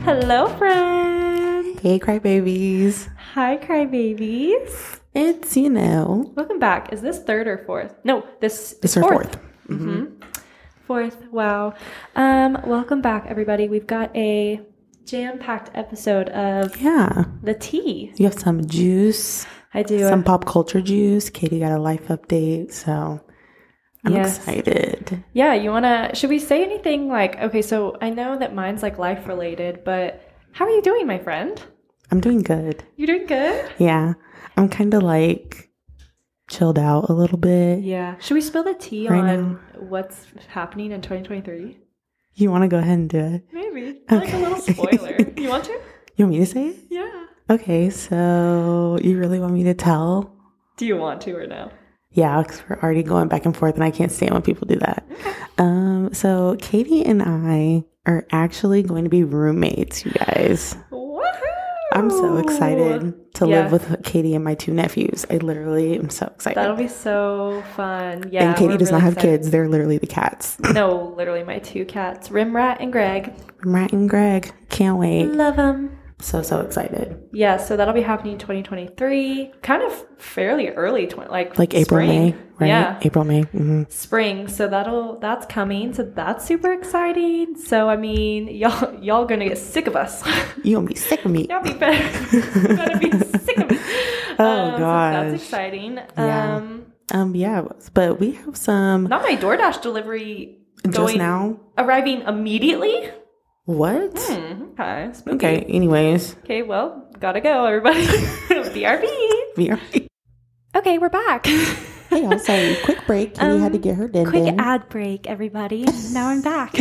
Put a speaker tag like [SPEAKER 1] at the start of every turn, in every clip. [SPEAKER 1] Hello, friend.
[SPEAKER 2] Hey, crybabies.
[SPEAKER 1] Hi, crybabies.
[SPEAKER 2] It's, you know,
[SPEAKER 1] Welcome back. Is this third or fourth? No, this
[SPEAKER 2] it's
[SPEAKER 1] is
[SPEAKER 2] our
[SPEAKER 1] fourth.
[SPEAKER 2] 4th
[SPEAKER 1] Fourth. Wow. Um, welcome back, everybody. We've got a jam-packed episode of
[SPEAKER 2] Yeah.
[SPEAKER 1] the tea.
[SPEAKER 2] You have some juice,
[SPEAKER 1] I do.
[SPEAKER 2] some pop culture juice. Katie got a life update. So I'm
[SPEAKER 1] Yes.
[SPEAKER 2] excited.
[SPEAKER 1] yeah. You wanna? Should we say anything like? Okay, so I know that mine's like life-related, but how are you doing, my friend?
[SPEAKER 2] I'm doing good.
[SPEAKER 1] You doing good?
[SPEAKER 2] Yeah. I'm kind of like chilled out a little bit.
[SPEAKER 1] Yeah. Should we spill the tea
[SPEAKER 2] Right
[SPEAKER 1] on what's happening in 2023?
[SPEAKER 2] You want to go ahead and do it?
[SPEAKER 1] Maybe. Like a
[SPEAKER 2] Okay.
[SPEAKER 1] little spoiler. you want to?
[SPEAKER 2] You want me to say it?
[SPEAKER 1] Yeah.
[SPEAKER 2] Okay. So you really want me to tell?
[SPEAKER 1] Do you want to or no?
[SPEAKER 2] Yeah, because we're already going back and forth, and I can't stand when people do that. Um, so Katie and I are actually going to be roommates, you guys.
[SPEAKER 1] Woohoo!
[SPEAKER 2] I'm so excited to
[SPEAKER 1] Yeah.
[SPEAKER 2] live with Katie and my two nephews. I literally am so excited.
[SPEAKER 1] That'll be so fun. Yeah.
[SPEAKER 2] and Katie
[SPEAKER 1] we're
[SPEAKER 2] does not
[SPEAKER 1] really
[SPEAKER 2] have
[SPEAKER 1] excited.
[SPEAKER 2] kids; they're literally the cats.
[SPEAKER 1] No, literally my two cats, Rimrat and Greg.
[SPEAKER 2] Matt and Greg can't wait.
[SPEAKER 1] Love them.
[SPEAKER 2] So so excited.
[SPEAKER 1] Yeah, so that'll be happening in 2023, kind of fairly early, tw- like
[SPEAKER 2] Like April,
[SPEAKER 1] spring.
[SPEAKER 2] May, right?
[SPEAKER 1] Yeah,
[SPEAKER 2] April, May. hmm
[SPEAKER 1] spring. So that'll that's coming. So that's super exciting. So I mean, y'all y'all gonna get sick of us.
[SPEAKER 2] You gonna be sick of me?
[SPEAKER 1] Y'all be better. you better be sick of me. Um,
[SPEAKER 2] Oh,
[SPEAKER 1] so that's
[SPEAKER 2] gosh.
[SPEAKER 1] exciting.
[SPEAKER 2] Yeah.
[SPEAKER 1] Um,
[SPEAKER 2] Um, yeah, but we have some
[SPEAKER 1] not my DoorDash delivery
[SPEAKER 2] just
[SPEAKER 1] going
[SPEAKER 2] now.
[SPEAKER 1] arriving immediately.
[SPEAKER 2] What?
[SPEAKER 1] Hmm, okay. spooky.
[SPEAKER 2] Okay. Anyways,
[SPEAKER 1] Okay. Well, gotta go, everybody. BRB.
[SPEAKER 2] we are.
[SPEAKER 1] Okay, we're back.
[SPEAKER 2] Hey, y'all, sorry. Quick break. Katie had to
[SPEAKER 1] Um,
[SPEAKER 2] get her din
[SPEAKER 1] Quick
[SPEAKER 2] din.
[SPEAKER 1] ad break, everybody. Now I'm back.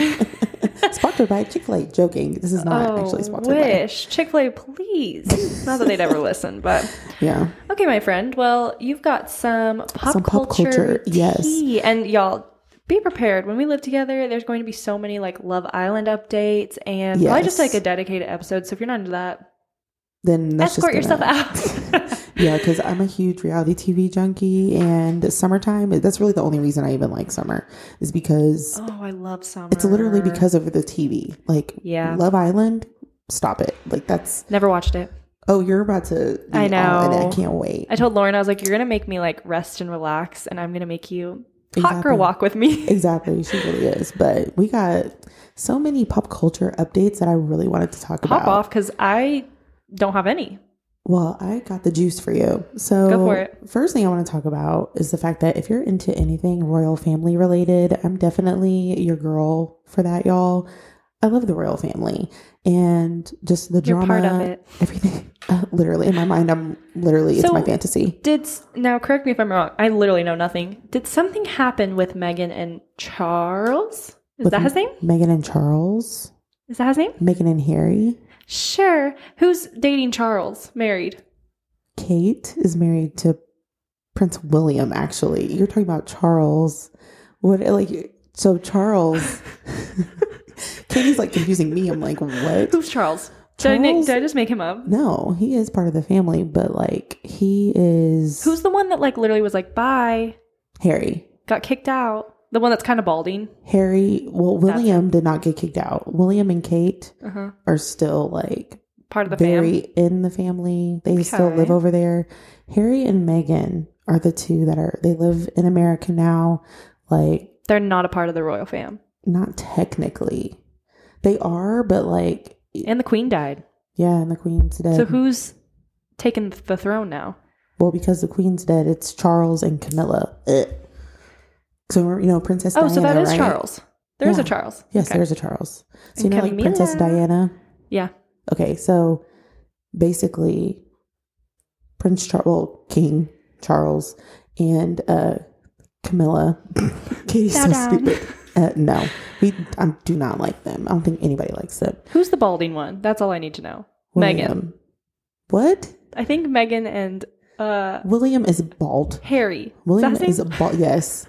[SPEAKER 2] Sponsored by Chick Fil A. Joking. This is not actually sponsored. By.
[SPEAKER 1] Oh, wish Chick Fil A, please. Not that they'd ever listen, but
[SPEAKER 2] Yeah.
[SPEAKER 1] okay, my friend. Well, you've got some pop
[SPEAKER 2] Some pop
[SPEAKER 1] culture,
[SPEAKER 2] culture, yes.
[SPEAKER 1] tea. and y'all be prepared. When we live together, there's going to be so many like Love Island updates and probably just like
[SPEAKER 2] Yes.
[SPEAKER 1] a dedicated episode. So if you're not into that,
[SPEAKER 2] Then that's
[SPEAKER 1] escort
[SPEAKER 2] just
[SPEAKER 1] yourself
[SPEAKER 2] gonna-
[SPEAKER 1] out.
[SPEAKER 2] Yeah, because I'm a huge reality TV junkie, and summertime. That's really the only reason I even like summer is because
[SPEAKER 1] oh, I love summer.
[SPEAKER 2] it's literally because of the TV. Like,
[SPEAKER 1] Yeah.
[SPEAKER 2] Love Island. Stop it. Like that's.
[SPEAKER 1] never watched it.
[SPEAKER 2] Oh, you're about to. be
[SPEAKER 1] I
[SPEAKER 2] all in it.
[SPEAKER 1] know.
[SPEAKER 2] I can't wait.
[SPEAKER 1] I told Lauren I was like, you're gonna make me like rest and relax, and I'm gonna make you hot
[SPEAKER 2] Exactly.
[SPEAKER 1] girl walk with me.
[SPEAKER 2] Exactly, she really is. But we got so many pop culture updates that I really wanted to talk
[SPEAKER 1] Pop
[SPEAKER 2] about.
[SPEAKER 1] off because I don't have any.
[SPEAKER 2] Well, I got the juice for you. So,
[SPEAKER 1] Go for it.
[SPEAKER 2] first thing I want to talk about is the fact that if you're into anything royal family related, I'm definitely your girl for that, y'all. I love the royal family and just the
[SPEAKER 1] You're
[SPEAKER 2] drama,
[SPEAKER 1] part of it.
[SPEAKER 2] everything. Uh, literally, in my mind, I'm literally it's
[SPEAKER 1] So-
[SPEAKER 2] my fantasy.
[SPEAKER 1] Did s- now correct me if I'm wrong. I literally know nothing. Did something happen with Megan and Charles? Is
[SPEAKER 2] With
[SPEAKER 1] that his name?
[SPEAKER 2] Meghan and Charles,
[SPEAKER 1] Is that his name?
[SPEAKER 2] Meghan and Harry.
[SPEAKER 1] Sure. Who's dating Charles? Married.
[SPEAKER 2] Kate is married to Prince William. Actually, you're talking about Charles. What like so Charles? Katie's like confusing me. I'm like, what?
[SPEAKER 1] Who's Charles? Did, I, na-
[SPEAKER 2] Charles-
[SPEAKER 1] did I just make him up?
[SPEAKER 2] No, he is part of the family, but like he is
[SPEAKER 1] Who's the one that like literally was like bye,
[SPEAKER 2] Harry.
[SPEAKER 1] got kicked out? The one that's kind of balding.
[SPEAKER 2] Harry. Well,
[SPEAKER 1] That's
[SPEAKER 2] William did not get kicked out. William and Kate
[SPEAKER 1] Uh huh.
[SPEAKER 2] are still like
[SPEAKER 1] Part of the
[SPEAKER 2] very
[SPEAKER 1] family.
[SPEAKER 2] in the family. They still
[SPEAKER 1] Okay.
[SPEAKER 2] live over there. Harry and Meghan are the two that are they live in America now. Like
[SPEAKER 1] They're not a part of the royal fam.
[SPEAKER 2] not technically they are but like
[SPEAKER 1] And the queen died.
[SPEAKER 2] yeah and the queen's dead
[SPEAKER 1] So who's taking the throne now?
[SPEAKER 2] well because the queen's dead it's charles and camilla Ugh. so you know princess
[SPEAKER 1] Oh,
[SPEAKER 2] diana
[SPEAKER 1] so that is
[SPEAKER 2] right?
[SPEAKER 1] Charles. There is
[SPEAKER 2] Yeah.
[SPEAKER 1] a Charles.
[SPEAKER 2] yes
[SPEAKER 1] Okay.
[SPEAKER 2] there's a charles so you
[SPEAKER 1] And
[SPEAKER 2] know like princess
[SPEAKER 1] Camilla.
[SPEAKER 2] diana
[SPEAKER 1] Yeah.
[SPEAKER 2] okay so basically prince charles well, king charles and uh camilla katie's so
[SPEAKER 1] Bow down.
[SPEAKER 2] stupid uh, no we i do not like them i don't think anybody likes them
[SPEAKER 1] Who's the balding one? That's all I need to know. Megan.
[SPEAKER 2] William. what
[SPEAKER 1] I think Megan and uh,
[SPEAKER 2] William is bald.
[SPEAKER 1] Harry.
[SPEAKER 2] William
[SPEAKER 1] Is that his
[SPEAKER 2] is
[SPEAKER 1] name?
[SPEAKER 2] bald. Yes.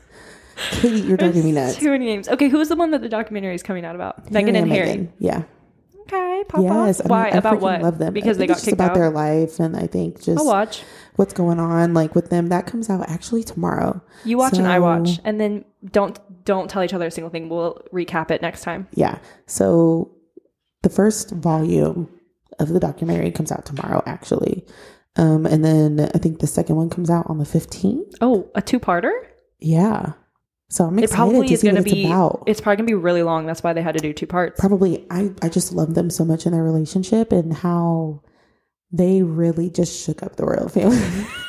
[SPEAKER 2] Katie, you're driving me
[SPEAKER 1] There's
[SPEAKER 2] nuts.
[SPEAKER 1] Too many names. Okay, who is the one that the documentary is coming out about? Megan and Harry.
[SPEAKER 2] Meghan. Yeah.
[SPEAKER 1] Okay, pop
[SPEAKER 2] yes.
[SPEAKER 1] off.
[SPEAKER 2] I mean,
[SPEAKER 1] Why?
[SPEAKER 2] I
[SPEAKER 1] about
[SPEAKER 2] freaking
[SPEAKER 1] what?
[SPEAKER 2] Love them I
[SPEAKER 1] Because they
[SPEAKER 2] think
[SPEAKER 1] got
[SPEAKER 2] it's just
[SPEAKER 1] kicked
[SPEAKER 2] about
[SPEAKER 1] out. Oh,
[SPEAKER 2] their life, and I think just
[SPEAKER 1] I'll watch.
[SPEAKER 2] what's going on, like with them. That comes out actually tomorrow.
[SPEAKER 1] You watch and I
[SPEAKER 2] So-
[SPEAKER 1] watch, and then don't don't tell each other a single thing. We'll recap it next time.
[SPEAKER 2] Yeah. So the first volume of the documentary comes out tomorrow, actually. Um, and then I think the second one comes out on the 15th.
[SPEAKER 1] Oh, a two-parter?
[SPEAKER 2] Yeah. So I'm
[SPEAKER 1] It
[SPEAKER 2] excited
[SPEAKER 1] probably
[SPEAKER 2] to
[SPEAKER 1] is
[SPEAKER 2] see
[SPEAKER 1] going
[SPEAKER 2] what
[SPEAKER 1] to
[SPEAKER 2] it's
[SPEAKER 1] be.
[SPEAKER 2] about.
[SPEAKER 1] It's probably going to be really long. That's why they had to do two parts.
[SPEAKER 2] probably I, I just love them so much in their relationship and how they really just shook up the royal family.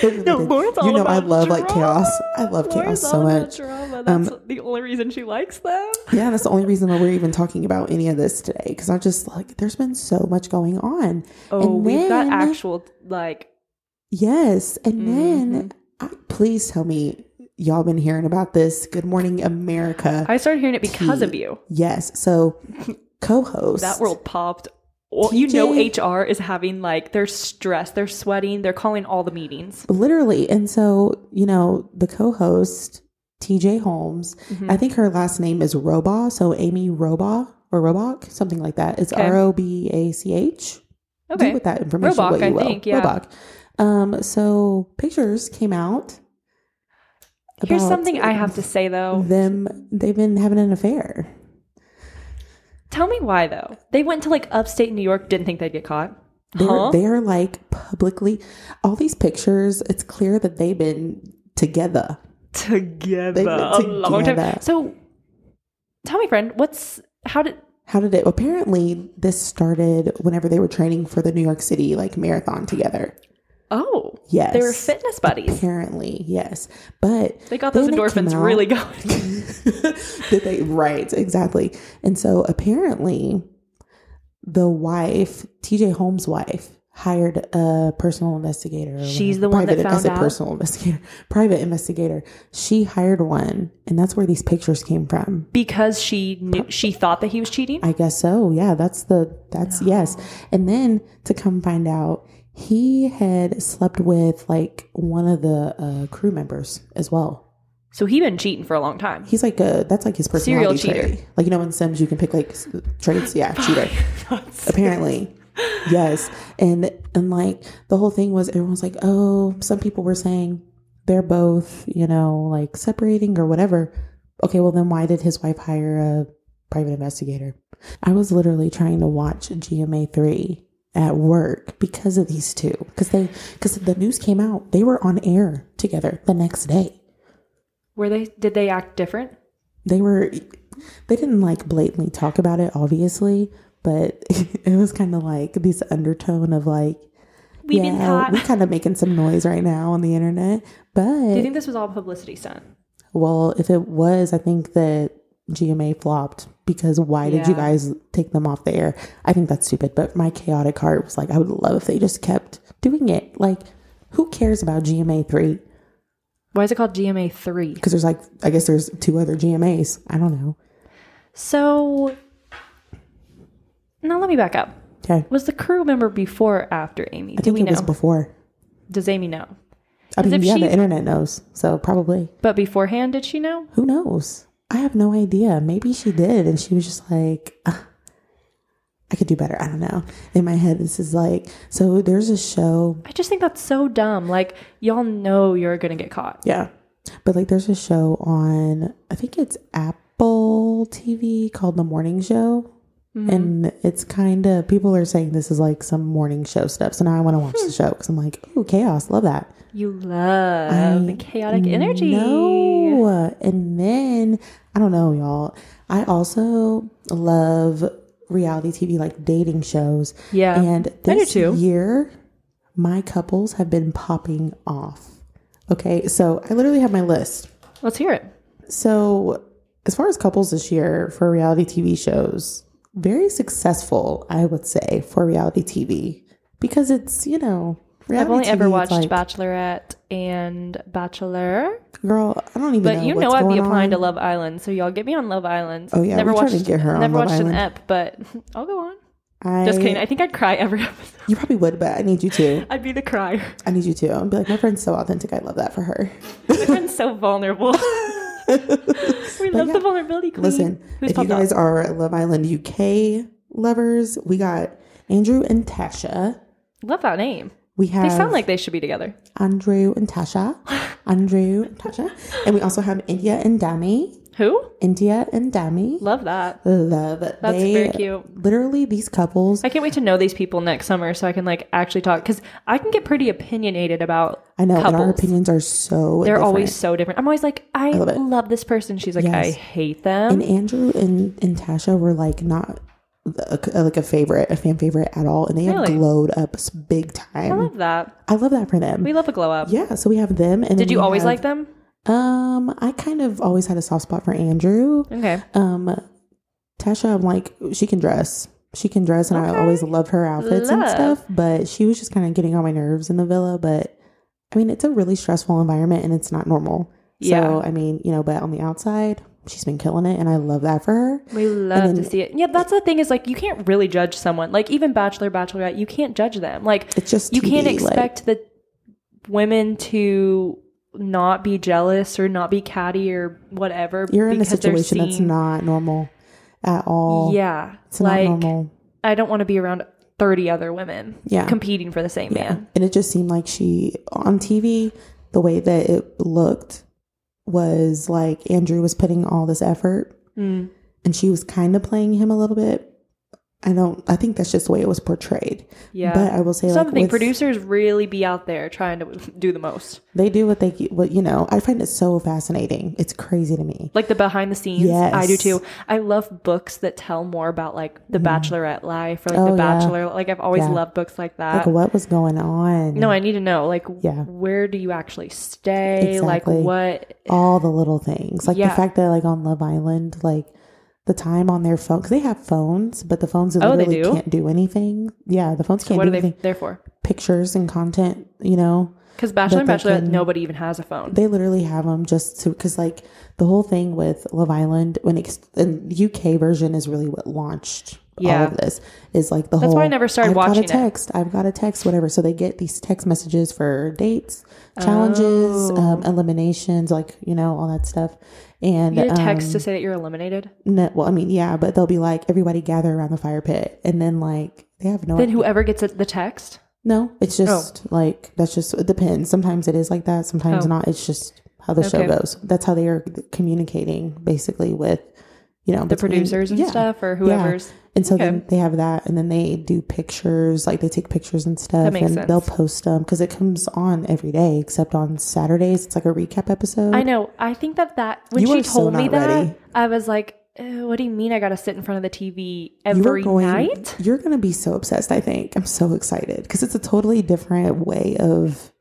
[SPEAKER 2] They really did.
[SPEAKER 1] Lauren's
[SPEAKER 2] you know I love like chaos. I love chaos so much.
[SPEAKER 1] Drama.
[SPEAKER 2] Um,
[SPEAKER 1] That's the only reason she likes them.
[SPEAKER 2] Yeah, that's the only reason why we're even talking about any of this today because I just like there's been so much going on.
[SPEAKER 1] Oh, we've got
[SPEAKER 2] then-
[SPEAKER 1] actual like
[SPEAKER 2] Yes, and then
[SPEAKER 1] Mm-hmm.
[SPEAKER 2] I, please tell me y'all been hearing about this. Good Morning America.
[SPEAKER 1] I started hearing it because of you.
[SPEAKER 2] yes, so co-host
[SPEAKER 1] That world popped. Well, you know
[SPEAKER 2] TJ.
[SPEAKER 1] HR is having like they're stressed, they're sweating, they're calling all the meetings.
[SPEAKER 2] literally, and so you know the co-host T.J. Holmes.
[SPEAKER 1] Mm-hmm.
[SPEAKER 2] I think her last name is Roba, so Amy Roba or Robach, something like that. It's
[SPEAKER 1] Okay.
[SPEAKER 2] R O B A C H. do
[SPEAKER 1] Okay.
[SPEAKER 2] with that information
[SPEAKER 1] Roebuck,
[SPEAKER 2] what you
[SPEAKER 1] I
[SPEAKER 2] will.
[SPEAKER 1] think, yeah.
[SPEAKER 2] Roebuck. Um, so pictures came out.
[SPEAKER 1] Here's
[SPEAKER 2] about Mm-hmm.
[SPEAKER 1] something I have to say though.
[SPEAKER 2] Them, they've been having an affair.
[SPEAKER 1] Tell me why though. They went to like upstate New York, didn't think they'd get caught.
[SPEAKER 2] They're,
[SPEAKER 1] Huh?
[SPEAKER 2] they're like publicly, all these pictures. It's clear that they've been together.
[SPEAKER 1] together,
[SPEAKER 2] They went
[SPEAKER 1] a long
[SPEAKER 2] together.
[SPEAKER 1] time. So, tell me, friend, what's how did?
[SPEAKER 2] How did it? Apparently, this started whenever they were training for the New York City like marathon together.
[SPEAKER 1] Oh,
[SPEAKER 2] Yes,
[SPEAKER 1] they were fitness buddies.
[SPEAKER 2] Apparently, yes, but
[SPEAKER 1] They got those
[SPEAKER 2] Then it came
[SPEAKER 1] endorphins
[SPEAKER 2] out-
[SPEAKER 1] really going.
[SPEAKER 2] that they right exactly and so apparently the wife tj holmes wife hired a personal investigator or
[SPEAKER 1] She's the one that
[SPEAKER 2] private- I
[SPEAKER 1] found
[SPEAKER 2] said
[SPEAKER 1] out?
[SPEAKER 2] personal investigator private investigator she hired one and that's where these pictures came from
[SPEAKER 1] because she knew she thought that he was cheating.
[SPEAKER 2] i guess so yeah that's the that's yes and then to come find out he had slept with like one of the uh, crew members as well
[SPEAKER 1] So he been cheating for a long time.
[SPEAKER 2] He's like a that's like his
[SPEAKER 1] Serial
[SPEAKER 2] personality trait. Like you know in Sims you can pick like s- traits. Yeah, cheater. Apparently, yes. And and like the whole thing was everyone's like, oh, some people were saying they're both you know like separating or whatever. Okay, well then why did his wife hire a private investigator? I was literally trying to watch GMA three at work because of these two because they because the news came out they were on air together the next day
[SPEAKER 1] Were they? Did they act different?
[SPEAKER 2] they were they didn't like blatantly talk about it obviously but it was kind of like this undertone of like
[SPEAKER 1] We've been
[SPEAKER 2] yeah
[SPEAKER 1] caught.
[SPEAKER 2] we're kind of making some noise right now on the internet
[SPEAKER 1] Do you
[SPEAKER 2] but
[SPEAKER 1] think this was all publicity stunt?
[SPEAKER 2] well if it was i think that gma flopped because why did you
[SPEAKER 1] Yeah.
[SPEAKER 2] guys take them off the air i think that's stupid but my chaotic heart was like i would love if they just kept doing it like who cares about gma 3
[SPEAKER 1] Why is it called GMA three?
[SPEAKER 2] because there's like i guess there's two other gmas i don't know
[SPEAKER 1] So now let me back up.
[SPEAKER 2] okay
[SPEAKER 1] Was the crew member before or after Amy?
[SPEAKER 2] i
[SPEAKER 1] Do
[SPEAKER 2] think
[SPEAKER 1] we
[SPEAKER 2] it was
[SPEAKER 1] know?
[SPEAKER 2] before
[SPEAKER 1] Does Amy know?
[SPEAKER 2] I
[SPEAKER 1] As
[SPEAKER 2] mean,
[SPEAKER 1] if
[SPEAKER 2] yeah, the
[SPEAKER 1] she's-
[SPEAKER 2] internet knows. So probably.
[SPEAKER 1] But beforehand, did she know?
[SPEAKER 2] Who knows? I have no idea. Maybe she did. And she was just like, "Ugh, I could do better. I don't know. In my head, this is like, so there's a show.
[SPEAKER 1] I just think that's so dumb. Like, y'all know you're going to get caught.
[SPEAKER 2] Yeah. But like, there's a show on, I think it's Apple TV called The Morning Show.
[SPEAKER 1] Mm-hmm.
[SPEAKER 2] And it's kind of, people are saying this is like some morning show stuff. So now I want to
[SPEAKER 1] Hmm.
[SPEAKER 2] watch the show because I'm like, oh, chaos. Love that.
[SPEAKER 1] You love
[SPEAKER 2] I
[SPEAKER 1] chaotic energy.
[SPEAKER 2] No. And then I don't know, y'all. I also love reality TV like dating shows.
[SPEAKER 1] Yeah.
[SPEAKER 2] And
[SPEAKER 1] I do
[SPEAKER 2] this
[SPEAKER 1] too.
[SPEAKER 2] year my couples have been popping off. Okay. So I literally have my list.
[SPEAKER 1] Let's hear it.
[SPEAKER 2] So as far as couples this year for reality TV shows, very successful, I would say, for reality TV. Because it's, you know,
[SPEAKER 1] I've
[SPEAKER 2] reality
[SPEAKER 1] only ever
[SPEAKER 2] TV, it's
[SPEAKER 1] watched
[SPEAKER 2] like,
[SPEAKER 1] Bachelorette and Bachelor,
[SPEAKER 2] Girl, I don't even
[SPEAKER 1] but
[SPEAKER 2] know.
[SPEAKER 1] you
[SPEAKER 2] what's
[SPEAKER 1] know I'd be
[SPEAKER 2] going
[SPEAKER 1] applying to
[SPEAKER 2] on.
[SPEAKER 1] Love Island, so y'all get me on Love Island.
[SPEAKER 2] Oh, yeah,
[SPEAKER 1] never
[SPEAKER 2] we're trying
[SPEAKER 1] watched,
[SPEAKER 2] to get her on
[SPEAKER 1] never
[SPEAKER 2] Love
[SPEAKER 1] watched
[SPEAKER 2] Island.
[SPEAKER 1] an ep, but I'll go on.
[SPEAKER 2] I,
[SPEAKER 1] Just kidding. I think I'd cry every episode.
[SPEAKER 2] You probably would, but I need you to.
[SPEAKER 1] I'd be the crier.
[SPEAKER 2] I need you to. I'd be like, my friend's so authentic. I love that for her.
[SPEAKER 1] I've been so vulnerable. we love
[SPEAKER 2] yeah.
[SPEAKER 1] the vulnerability queen.
[SPEAKER 2] Listen,
[SPEAKER 1] Who's
[SPEAKER 2] if you
[SPEAKER 1] popped
[SPEAKER 2] guys
[SPEAKER 1] off?
[SPEAKER 2] are Love Island UK lovers, we got Andrew and Tasha.
[SPEAKER 1] Love that name.
[SPEAKER 2] We have
[SPEAKER 1] They sound like they should be together.
[SPEAKER 2] Andrew and Tasha. Andrew and Tasha. And we also have India and Danny.
[SPEAKER 1] Who?
[SPEAKER 2] India and Dami.
[SPEAKER 1] Love that.
[SPEAKER 2] Love.
[SPEAKER 1] That's
[SPEAKER 2] they,
[SPEAKER 1] very cute.
[SPEAKER 2] Literally, these couples.
[SPEAKER 1] I can't wait to know these people next summer so I can like actually talk because I can get pretty opinionated about.
[SPEAKER 2] I know, and our
[SPEAKER 1] couples.
[SPEAKER 2] opinions are so.
[SPEAKER 1] They're
[SPEAKER 2] different.
[SPEAKER 1] always so different. I'm always like, I,
[SPEAKER 2] love
[SPEAKER 1] love,
[SPEAKER 2] it.
[SPEAKER 1] this person. She's like,
[SPEAKER 2] Yes.
[SPEAKER 1] I hate them.
[SPEAKER 2] and Andrew and, and Tasha were like not a, like a favorite, a fan favorite at all, and they have
[SPEAKER 1] Really?
[SPEAKER 2] glowed up s- big
[SPEAKER 1] I
[SPEAKER 2] time.
[SPEAKER 1] love that.
[SPEAKER 2] I love that for them.
[SPEAKER 1] We love a glow up.
[SPEAKER 2] yeah, so we have them. And
[SPEAKER 1] Did you always like them?
[SPEAKER 2] them? Um, I kind of always had a soft spot for Andrew.
[SPEAKER 1] Okay.
[SPEAKER 2] Um, Tasha, I'm like she can dress. She can dress, and I
[SPEAKER 1] Okay.
[SPEAKER 2] always loved her outfits and
[SPEAKER 1] Love.
[SPEAKER 2] stuff. But she was just kind of getting on my nerves in the villa. But I mean, it's a really stressful environment, and it's not normal.
[SPEAKER 1] Yeah.
[SPEAKER 2] So I mean, you know, but on the outside, she's been killing it, and I love that for her.
[SPEAKER 1] We love
[SPEAKER 2] then-
[SPEAKER 1] to see it. Yeah, that's the thing is like you can't really judge someone. Like even bachelor, bachelorette, you can't judge them. Like
[SPEAKER 2] It's just
[SPEAKER 1] you can't
[SPEAKER 2] TV, like-
[SPEAKER 1] expect the women to not be jealous or not be catty or whatever.
[SPEAKER 2] you're in a
[SPEAKER 1] because they're
[SPEAKER 2] situation that's
[SPEAKER 1] seeing-
[SPEAKER 2] not normal at all.
[SPEAKER 1] Yeah,
[SPEAKER 2] it's not
[SPEAKER 1] like
[SPEAKER 2] normal.
[SPEAKER 1] I don't want to be around thirty other women.
[SPEAKER 2] Yeah.
[SPEAKER 1] competing for the same man.
[SPEAKER 2] And it just seemed like she on TV, the way that it looked was like Andrew was putting all this effort
[SPEAKER 1] Mm.
[SPEAKER 2] and she was kind of playing him a little bit. I don't I think that's just the way it was portrayed.
[SPEAKER 1] Yeah.
[SPEAKER 2] But I will say like
[SPEAKER 1] Something
[SPEAKER 2] with-
[SPEAKER 1] producers really be out there trying to do the most,
[SPEAKER 2] they do what they what you know, I find it so fascinating. It's crazy to me.
[SPEAKER 1] like the behind the scenes.
[SPEAKER 2] Yes.
[SPEAKER 1] I do too. I love books that tell more about like the Bachelorette life or like
[SPEAKER 2] Oh, yeah.
[SPEAKER 1] the Bachelor. Like I've always
[SPEAKER 2] Yeah.
[SPEAKER 1] loved books like that.
[SPEAKER 2] Like what was going on?
[SPEAKER 1] no, I need to know like
[SPEAKER 2] Yeah.
[SPEAKER 1] where do you actually stay? Like
[SPEAKER 2] Exactly.
[SPEAKER 1] what?
[SPEAKER 2] all the little things like the
[SPEAKER 1] Yeah.
[SPEAKER 2] fact that like on love island like the time on their phone because they have phones but the phones
[SPEAKER 1] Oh, they
[SPEAKER 2] literally
[SPEAKER 1] do?
[SPEAKER 2] can't do anything yeah the phones can't
[SPEAKER 1] What
[SPEAKER 2] do
[SPEAKER 1] are they
[SPEAKER 2] anything
[SPEAKER 1] there for?
[SPEAKER 2] pictures and content you know
[SPEAKER 1] Because Bachelor and
[SPEAKER 2] they
[SPEAKER 1] Bachelorette,
[SPEAKER 2] can-
[SPEAKER 1] nobody even has a phone.
[SPEAKER 2] they literally have them just to because like the whole thing with love island when it's and the uk version is really what launched all
[SPEAKER 1] Yeah.
[SPEAKER 2] of this is like the
[SPEAKER 1] That's
[SPEAKER 2] whole
[SPEAKER 1] why I never started
[SPEAKER 2] I've
[SPEAKER 1] watching
[SPEAKER 2] got
[SPEAKER 1] it."
[SPEAKER 2] a text i've got a text whatever so they get these text messages for dates challenges
[SPEAKER 1] Oh.
[SPEAKER 2] um, eliminations like you know all that stuff and
[SPEAKER 1] you get a text
[SPEAKER 2] um,
[SPEAKER 1] to say that you're eliminated.
[SPEAKER 2] No, well, I mean, yeah, but they'll be like, everybody gather around the fire pit, and then like they have no.
[SPEAKER 1] Then Oh. whoever gets it- the text,
[SPEAKER 2] no, it's just like that's just it depends. Sometimes it is like that, sometimes
[SPEAKER 1] Oh.
[SPEAKER 2] not. It's just how the show
[SPEAKER 1] Okay.
[SPEAKER 2] goes. That's how they are communicating basically with, you know,
[SPEAKER 1] the producers and stuff, or whoever's.
[SPEAKER 2] And so
[SPEAKER 1] Okay.
[SPEAKER 2] then they have that, and then they do pictures, like they take pictures and stuff,
[SPEAKER 1] That makes
[SPEAKER 2] and
[SPEAKER 1] sense.
[SPEAKER 2] they'll post them because it comes on every day, except on Saturdays. It's like a recap episode.
[SPEAKER 1] I know. I think that that when
[SPEAKER 2] You are
[SPEAKER 1] she
[SPEAKER 2] so
[SPEAKER 1] told me
[SPEAKER 2] not
[SPEAKER 1] that,
[SPEAKER 2] ready.
[SPEAKER 1] I was like, "Uh, "What do you mean? I got to sit in front of the TV
[SPEAKER 2] You are
[SPEAKER 1] every
[SPEAKER 2] going-
[SPEAKER 1] night?"
[SPEAKER 2] You're going to be so obsessed, I think. I'm so excited because it's a totally different way of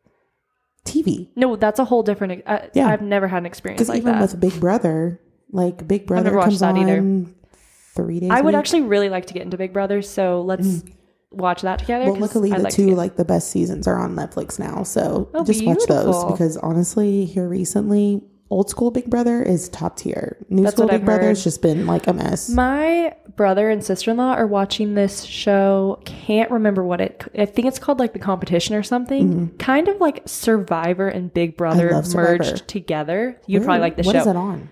[SPEAKER 2] TV.
[SPEAKER 1] No, that's a whole different. Uh,
[SPEAKER 2] Yeah.
[SPEAKER 1] I've never had an experience
[SPEAKER 2] Because
[SPEAKER 1] like
[SPEAKER 2] even
[SPEAKER 1] that.
[SPEAKER 2] with Big Brother, like Big Brother
[SPEAKER 1] never watched
[SPEAKER 2] comes
[SPEAKER 1] that
[SPEAKER 2] on
[SPEAKER 1] either.
[SPEAKER 2] three days.
[SPEAKER 1] I
[SPEAKER 2] a
[SPEAKER 1] would
[SPEAKER 2] week.
[SPEAKER 1] actually really like to get into Big Brother, so let's watch that together.
[SPEAKER 2] Mm. Well,
[SPEAKER 1] 'cause
[SPEAKER 2] luckily,
[SPEAKER 1] I'd
[SPEAKER 2] the
[SPEAKER 1] like to
[SPEAKER 2] two
[SPEAKER 1] get-
[SPEAKER 2] like the best seasons are on Netflix now, so
[SPEAKER 1] Oh,
[SPEAKER 2] just watch those
[SPEAKER 1] beautiful.
[SPEAKER 2] because honestly, here recently, old school Big Brother is top tier. New
[SPEAKER 1] That's
[SPEAKER 2] school
[SPEAKER 1] what
[SPEAKER 2] Big
[SPEAKER 1] I've
[SPEAKER 2] Brother
[SPEAKER 1] heard.
[SPEAKER 2] has just been like a mess.
[SPEAKER 1] My brother and sister in law are watching this show. Can't remember what it. I think it's called like the competition or something. Kind of like Survivor and Big Brother
[SPEAKER 2] Mm-hmm. love Survivor.
[SPEAKER 1] merged together. You'd
[SPEAKER 2] Really?
[SPEAKER 1] probably like the
[SPEAKER 2] What
[SPEAKER 1] show.
[SPEAKER 2] is it on?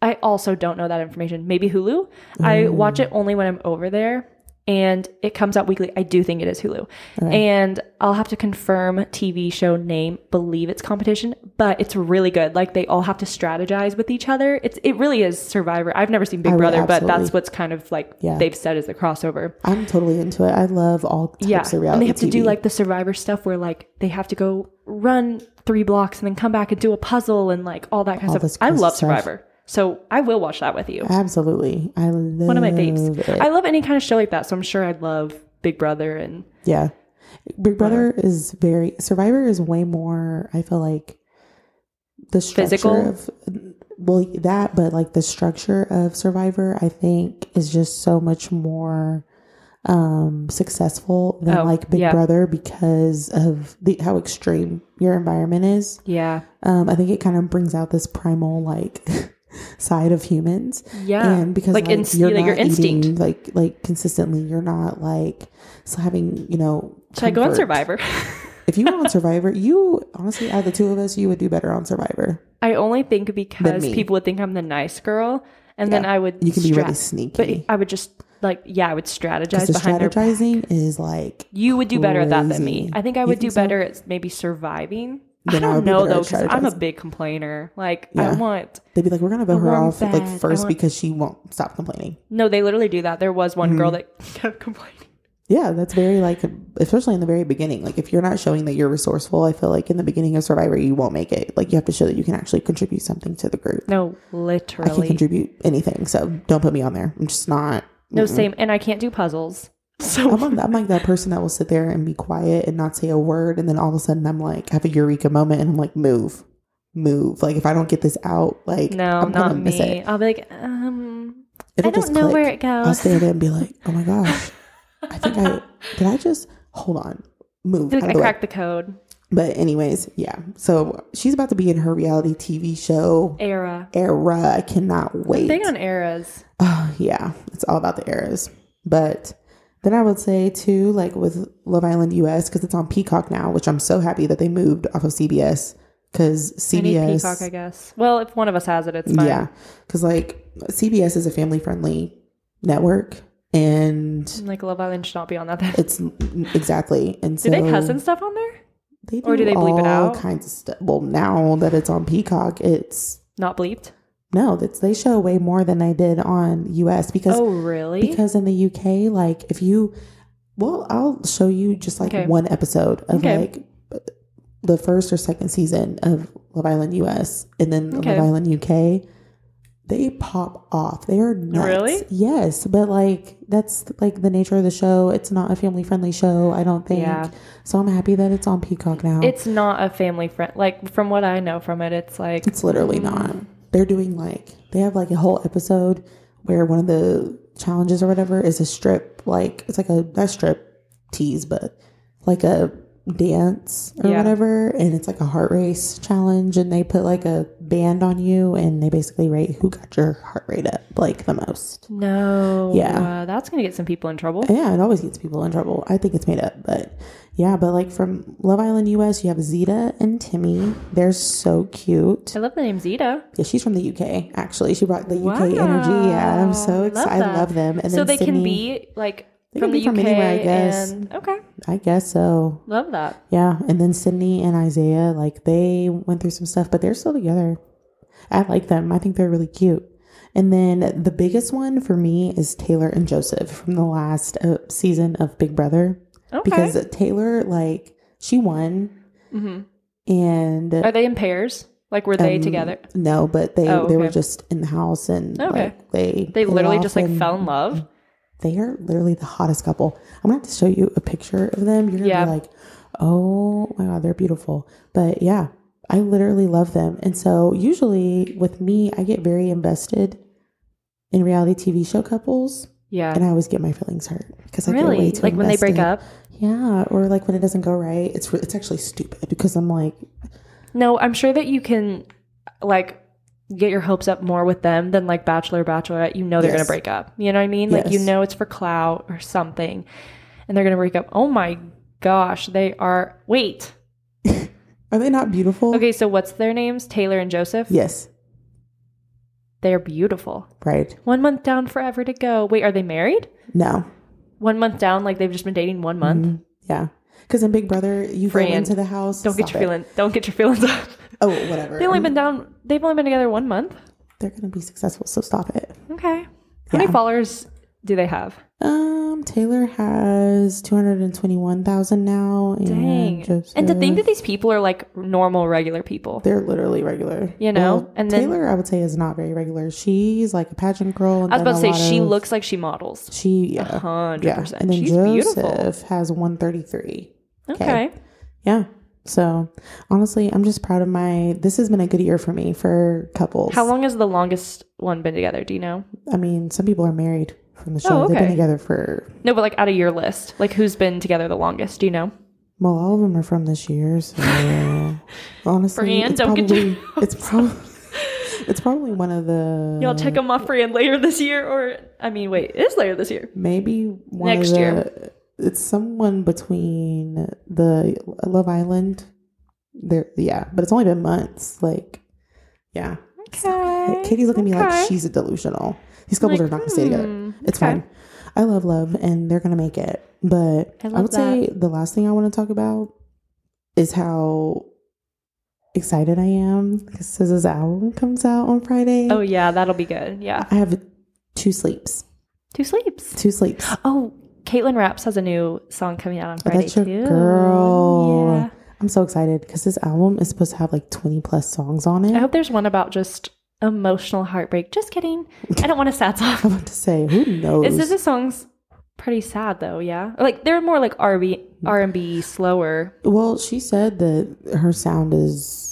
[SPEAKER 1] I also don't know that information. Maybe Hulu. I watch it only when I'm over there and it comes out weekly. I do think it is Hulu. And I'll have to confirm TV show name, believe it's competition, but it's really good. Like they all have to strategize with each other. It's it really is Survivor. I've never seen Big
[SPEAKER 2] I would
[SPEAKER 1] Brother, but
[SPEAKER 2] absolutely-
[SPEAKER 1] that's what's kind of like
[SPEAKER 2] Yeah.
[SPEAKER 1] they've said is the crossover.
[SPEAKER 2] I'm totally into it. I love all types
[SPEAKER 1] Yeah.
[SPEAKER 2] of reality.
[SPEAKER 1] And they have to do
[SPEAKER 2] TV.
[SPEAKER 1] like the survivor stuff where like they have to go run three blocks and then come back and do a puzzle and like all that kind
[SPEAKER 2] All
[SPEAKER 1] of
[SPEAKER 2] this
[SPEAKER 1] stuff. I
[SPEAKER 2] crazy
[SPEAKER 1] love
[SPEAKER 2] stuff.
[SPEAKER 1] Survivor. So I will watch that with you.
[SPEAKER 2] Absolutely. I love
[SPEAKER 1] One of my faves.
[SPEAKER 2] It.
[SPEAKER 1] I love any kind of show like that, so I'm sure I'd love Big Brother and
[SPEAKER 2] yeah. Big Brother is very Survivor is way more I feel like the structure
[SPEAKER 1] Physical?
[SPEAKER 2] of well that but like the structure of Survivor I think is just so much more um successful than
[SPEAKER 1] Oh,
[SPEAKER 2] like Big
[SPEAKER 1] yeah.
[SPEAKER 2] Brother because of the how extreme your environment is.
[SPEAKER 1] yeah,
[SPEAKER 2] Um I think it kind of brings out this primal like side of humans.
[SPEAKER 1] yeah,
[SPEAKER 2] and because
[SPEAKER 1] like,
[SPEAKER 2] like,
[SPEAKER 1] inst-
[SPEAKER 2] you're
[SPEAKER 1] like your
[SPEAKER 2] not
[SPEAKER 1] instinct.
[SPEAKER 2] eating, like like consistently you're not like so having you know
[SPEAKER 1] Should I go on
[SPEAKER 2] comfort.
[SPEAKER 1] Survivor?
[SPEAKER 2] if you were on survivor you honestly out of the two of us you would do better on survivor
[SPEAKER 1] I only think because
[SPEAKER 2] me.
[SPEAKER 1] people would think I'm the nice girl, and then
[SPEAKER 2] Yeah.
[SPEAKER 1] I would
[SPEAKER 2] you can be
[SPEAKER 1] stra-
[SPEAKER 2] really sneaky
[SPEAKER 1] but I would just like yeah, I would
[SPEAKER 2] 'Cause
[SPEAKER 1] strategize
[SPEAKER 2] the
[SPEAKER 1] behind her.
[SPEAKER 2] strategizing is like
[SPEAKER 1] You would do better at that than me.
[SPEAKER 2] Crazy.
[SPEAKER 1] I think I
[SPEAKER 2] You
[SPEAKER 1] would do
[SPEAKER 2] think so?
[SPEAKER 1] better at maybe surviving I
[SPEAKER 2] then
[SPEAKER 1] don't
[SPEAKER 2] would be
[SPEAKER 1] know
[SPEAKER 2] better
[SPEAKER 1] though,
[SPEAKER 2] at
[SPEAKER 1] because I'm a
[SPEAKER 2] strategizing.
[SPEAKER 1] big complainer. Like I
[SPEAKER 2] Yeah.
[SPEAKER 1] want
[SPEAKER 2] They'd be like, we're gonna vote
[SPEAKER 1] I
[SPEAKER 2] her
[SPEAKER 1] want
[SPEAKER 2] off like
[SPEAKER 1] that. I
[SPEAKER 2] first
[SPEAKER 1] want-
[SPEAKER 2] because she won't stop complaining.
[SPEAKER 1] no. They literally do that. There was one girl
[SPEAKER 2] Mhm.
[SPEAKER 1] that kept complaining.
[SPEAKER 2] Yeah, that's very like, especially in the very beginning. Like, if you're not showing that you're resourceful, I feel like in the beginning of Survivor, you won't make it. Like, you have to show that you can actually contribute something to the group.
[SPEAKER 1] No,
[SPEAKER 2] I can't
[SPEAKER 1] literally.
[SPEAKER 2] contribute anything, so don't put me on there. I'm just not.
[SPEAKER 1] no,
[SPEAKER 2] mm-mm.
[SPEAKER 1] same. And I can't do puzzles. So
[SPEAKER 2] I'm, on- I'm like that person that will sit there and be quiet and not say a word, and then all of a sudden I'm like have a eureka moment, and I'm like move, move. Like if I don't get this out, like
[SPEAKER 1] no,
[SPEAKER 2] I'm
[SPEAKER 1] not
[SPEAKER 2] gonna miss
[SPEAKER 1] me.
[SPEAKER 2] it.
[SPEAKER 1] I'll be like, um,
[SPEAKER 2] It'll
[SPEAKER 1] I don't
[SPEAKER 2] just
[SPEAKER 1] know
[SPEAKER 2] click.
[SPEAKER 1] where it
[SPEAKER 2] I'll
[SPEAKER 1] goes.
[SPEAKER 2] stare at it and be like, oh my gosh, I think I did. I just hold on, move.
[SPEAKER 1] Like, I
[SPEAKER 2] out of the way.
[SPEAKER 1] cracked the code.
[SPEAKER 2] But anyways, yeah. So she's about to be in her reality TV show
[SPEAKER 1] Era.
[SPEAKER 2] era. I cannot wait.
[SPEAKER 1] Big on eras.
[SPEAKER 2] Oh, yeah, it's all about the eras. But then I would say too, like with Love Island US, because it's on Peacock now, which I'm so happy that they moved off of CBS. Because
[SPEAKER 1] I need
[SPEAKER 2] CBS,
[SPEAKER 1] Peacock, I guess. Well, if one of us has it, it's fine.
[SPEAKER 2] yeah, because like CBS is a family friendly network, and
[SPEAKER 1] Like Love Island should not be on that. Then.
[SPEAKER 2] it's exactly and
[SPEAKER 1] Do
[SPEAKER 2] so
[SPEAKER 1] they cuss and stuff on there?
[SPEAKER 2] They
[SPEAKER 1] Or do they bleep it
[SPEAKER 2] all
[SPEAKER 1] out?
[SPEAKER 2] Kinds of stuff. Well, now that it's on Peacock, it's
[SPEAKER 1] Not bleeped.
[SPEAKER 2] no, that's they show way more than they did on US because
[SPEAKER 1] Oh, really?
[SPEAKER 2] because in the UK, like if you, well, I'll show you just like
[SPEAKER 1] Okay.
[SPEAKER 2] one episode of
[SPEAKER 1] Okay.
[SPEAKER 2] like the first or second season of Love Island US, and then
[SPEAKER 1] Okay.
[SPEAKER 2] Love Island UK. They pop off. They are nuts.
[SPEAKER 1] Really?
[SPEAKER 2] Yes, but like that's like the nature of the show. It's not a family friendly show. I don't think.
[SPEAKER 1] Yeah.
[SPEAKER 2] So I'm happy that it's on Peacock now.
[SPEAKER 1] it's not a family friend. Like from what I know from it, it's like
[SPEAKER 2] It's literally not. They're doing like they have like a whole episode where one of the challenges or whatever is a strip like it's like a not strip tease but like a dance or
[SPEAKER 1] Yeah.
[SPEAKER 2] whatever and it's like a heart race challenge and they put like a band on you and they basically rate who got your heart rate up like the most.
[SPEAKER 1] no.
[SPEAKER 2] Yeah.
[SPEAKER 1] uh, that's gonna get some people in trouble.
[SPEAKER 2] Yeah, it always gets people in trouble. I think it's made up, but yeah, but like from Love Island US, you have Zeta and Timmy. They're so cute.
[SPEAKER 1] I love the name Zeta.
[SPEAKER 2] Yeah, she's from the UK. Actually, she brought the UK energy. Yeah, I'm so
[SPEAKER 1] Wow, love
[SPEAKER 2] excited.
[SPEAKER 1] that.
[SPEAKER 2] I love them. And
[SPEAKER 1] So
[SPEAKER 2] then
[SPEAKER 1] they can
[SPEAKER 2] Sydney-
[SPEAKER 1] be like
[SPEAKER 2] They
[SPEAKER 1] from
[SPEAKER 2] can be
[SPEAKER 1] the
[SPEAKER 2] from
[SPEAKER 1] UK.
[SPEAKER 2] anywhere, I guess.
[SPEAKER 1] And, okay,
[SPEAKER 2] I guess so.
[SPEAKER 1] love that.
[SPEAKER 2] Yeah, and then Sydney and Isaiah, like they went through some stuff, but they're still together. I like them. I think they're really cute. And then the biggest one for me is Taylor and Joseph from the last uh, season of Big Brother
[SPEAKER 1] Okay.
[SPEAKER 2] because Taylor, like, she won
[SPEAKER 1] Mhm.
[SPEAKER 2] and
[SPEAKER 1] Are they in pairs? Like were they
[SPEAKER 2] um,
[SPEAKER 1] together?
[SPEAKER 2] No, but they
[SPEAKER 1] Oh,
[SPEAKER 2] they were
[SPEAKER 1] okay.
[SPEAKER 2] just in the house and
[SPEAKER 1] Okay.
[SPEAKER 2] like, they
[SPEAKER 1] They
[SPEAKER 2] hit it
[SPEAKER 1] literally
[SPEAKER 2] off
[SPEAKER 1] just like
[SPEAKER 2] and-
[SPEAKER 1] fell in love.
[SPEAKER 2] They are literally the hottest couple. I'm gonna have to show you a picture of them. You're gonna
[SPEAKER 1] Yeah.
[SPEAKER 2] be like, oh my god, they're beautiful. But yeah, I literally love them. And so usually with me, I get very invested in reality TV show couples,
[SPEAKER 1] Yeah.
[SPEAKER 2] and I always get my feelings hurt because I get way
[SPEAKER 1] Really?
[SPEAKER 2] too
[SPEAKER 1] Like when they break
[SPEAKER 2] invested.
[SPEAKER 1] up?
[SPEAKER 2] Yeah, or like when it doesn't go right. It's re- it's actually stupid because I'm like,
[SPEAKER 1] No, I'm sure that you can like get your hopes up more with them than like bachelor bachelorette. You know they're going
[SPEAKER 2] Yes.
[SPEAKER 1] to break up. You know what I mean? Like you
[SPEAKER 2] Yes.
[SPEAKER 1] know it's for clout or something and they're going to break up. Oh my gosh, they are Wait.
[SPEAKER 2] are they not beautiful?
[SPEAKER 1] Okay, so what's their names? Taylor and Joseph?
[SPEAKER 2] Yes.
[SPEAKER 1] They're beautiful.
[SPEAKER 2] Right.
[SPEAKER 1] 1 month down forever to go. Wait, are they married?
[SPEAKER 2] No.
[SPEAKER 1] 1 month down like they've just been dating 1 month.
[SPEAKER 2] Mhm. Yeah. Because in Big Brother, you
[SPEAKER 1] Fran,
[SPEAKER 2] go into the house.
[SPEAKER 1] Don't get
[SPEAKER 2] Stop
[SPEAKER 1] your
[SPEAKER 2] it.
[SPEAKER 1] feelings. Don't get your feelings up.
[SPEAKER 2] Oh, whatever.
[SPEAKER 1] They've only
[SPEAKER 2] I'm-
[SPEAKER 1] been down. They've only been together 1 month.
[SPEAKER 2] they're gonna be successful. So stop it.
[SPEAKER 1] Okay. How many
[SPEAKER 2] Yeah.
[SPEAKER 1] followers do they have?
[SPEAKER 2] Um, Taylor has two hundred and twenty-one thousand now. And
[SPEAKER 1] Dang.
[SPEAKER 2] Joseph,
[SPEAKER 1] and to think that these people are like normal, regular people.
[SPEAKER 2] they're literally regular,
[SPEAKER 1] You know, and then-
[SPEAKER 2] Taylor, I would say, is not very regular. She's like a pageant girl. And
[SPEAKER 1] I was about to
[SPEAKER 2] then
[SPEAKER 1] say,
[SPEAKER 2] a lot
[SPEAKER 1] she
[SPEAKER 2] of-
[SPEAKER 1] looks like she models.
[SPEAKER 2] She yeah,
[SPEAKER 1] 100%.
[SPEAKER 2] yeah. And then
[SPEAKER 1] She's
[SPEAKER 2] Joseph
[SPEAKER 1] beautiful.
[SPEAKER 2] has one thirty-three.
[SPEAKER 1] Okay.
[SPEAKER 2] Yeah. So honestly, I'm just proud of my. This has been a good year for me for couples.
[SPEAKER 1] How long has the longest one been together? Do you know?
[SPEAKER 2] I mean, some people are married from the show. They've
[SPEAKER 1] Oh, okay.
[SPEAKER 2] been together for
[SPEAKER 1] No, but like out of your list, like who's been together the longest? Do you know?
[SPEAKER 2] Well, all of them are from this year, so honestly,
[SPEAKER 1] Brienne,
[SPEAKER 2] it's
[SPEAKER 1] don't get
[SPEAKER 2] probably
[SPEAKER 1] your
[SPEAKER 2] it's probably it's probably one of the
[SPEAKER 1] Y'all check them off for and later this year, or I mean, wait, it is later this year.
[SPEAKER 2] maybe one
[SPEAKER 1] Next
[SPEAKER 2] of the,
[SPEAKER 1] year.
[SPEAKER 2] It's someone between the Love Island. There, yeah, but it's only been months. Like, yeah,
[SPEAKER 1] Okay.
[SPEAKER 2] Katie's looking at me
[SPEAKER 1] okay.
[SPEAKER 2] like she's a delusional. These couples
[SPEAKER 1] Like,
[SPEAKER 2] are not gonna stay together.
[SPEAKER 1] hmm,
[SPEAKER 2] It's
[SPEAKER 1] okay.
[SPEAKER 2] fine. I love love, and they're gonna make it. But
[SPEAKER 1] I
[SPEAKER 2] I,
[SPEAKER 1] love
[SPEAKER 2] would say the last thing I want to talk about is how excited I am because SZA's album comes out on Friday.
[SPEAKER 1] Oh yeah, that'll be good. Yeah.
[SPEAKER 2] I have two sleeps.
[SPEAKER 1] Two sleeps.
[SPEAKER 2] Two sleeps.
[SPEAKER 1] Oh, Caitlin Raps has a new song coming out on
[SPEAKER 2] Oh,
[SPEAKER 1] Friday
[SPEAKER 2] that's your
[SPEAKER 1] too.
[SPEAKER 2] girl.
[SPEAKER 1] Yeah.
[SPEAKER 2] I'm so excited because this album is supposed to have like 20 plus songs on it.
[SPEAKER 1] I hope there's one about just emotional heartbreak. Just kidding. I don't want a sad
[SPEAKER 2] I'm
[SPEAKER 1] song.
[SPEAKER 2] about to say, who knows?
[SPEAKER 1] Is this a song's pretty sad though? Yeah, like they're more like R&B, R&B slower.
[SPEAKER 2] well, she said that her sound is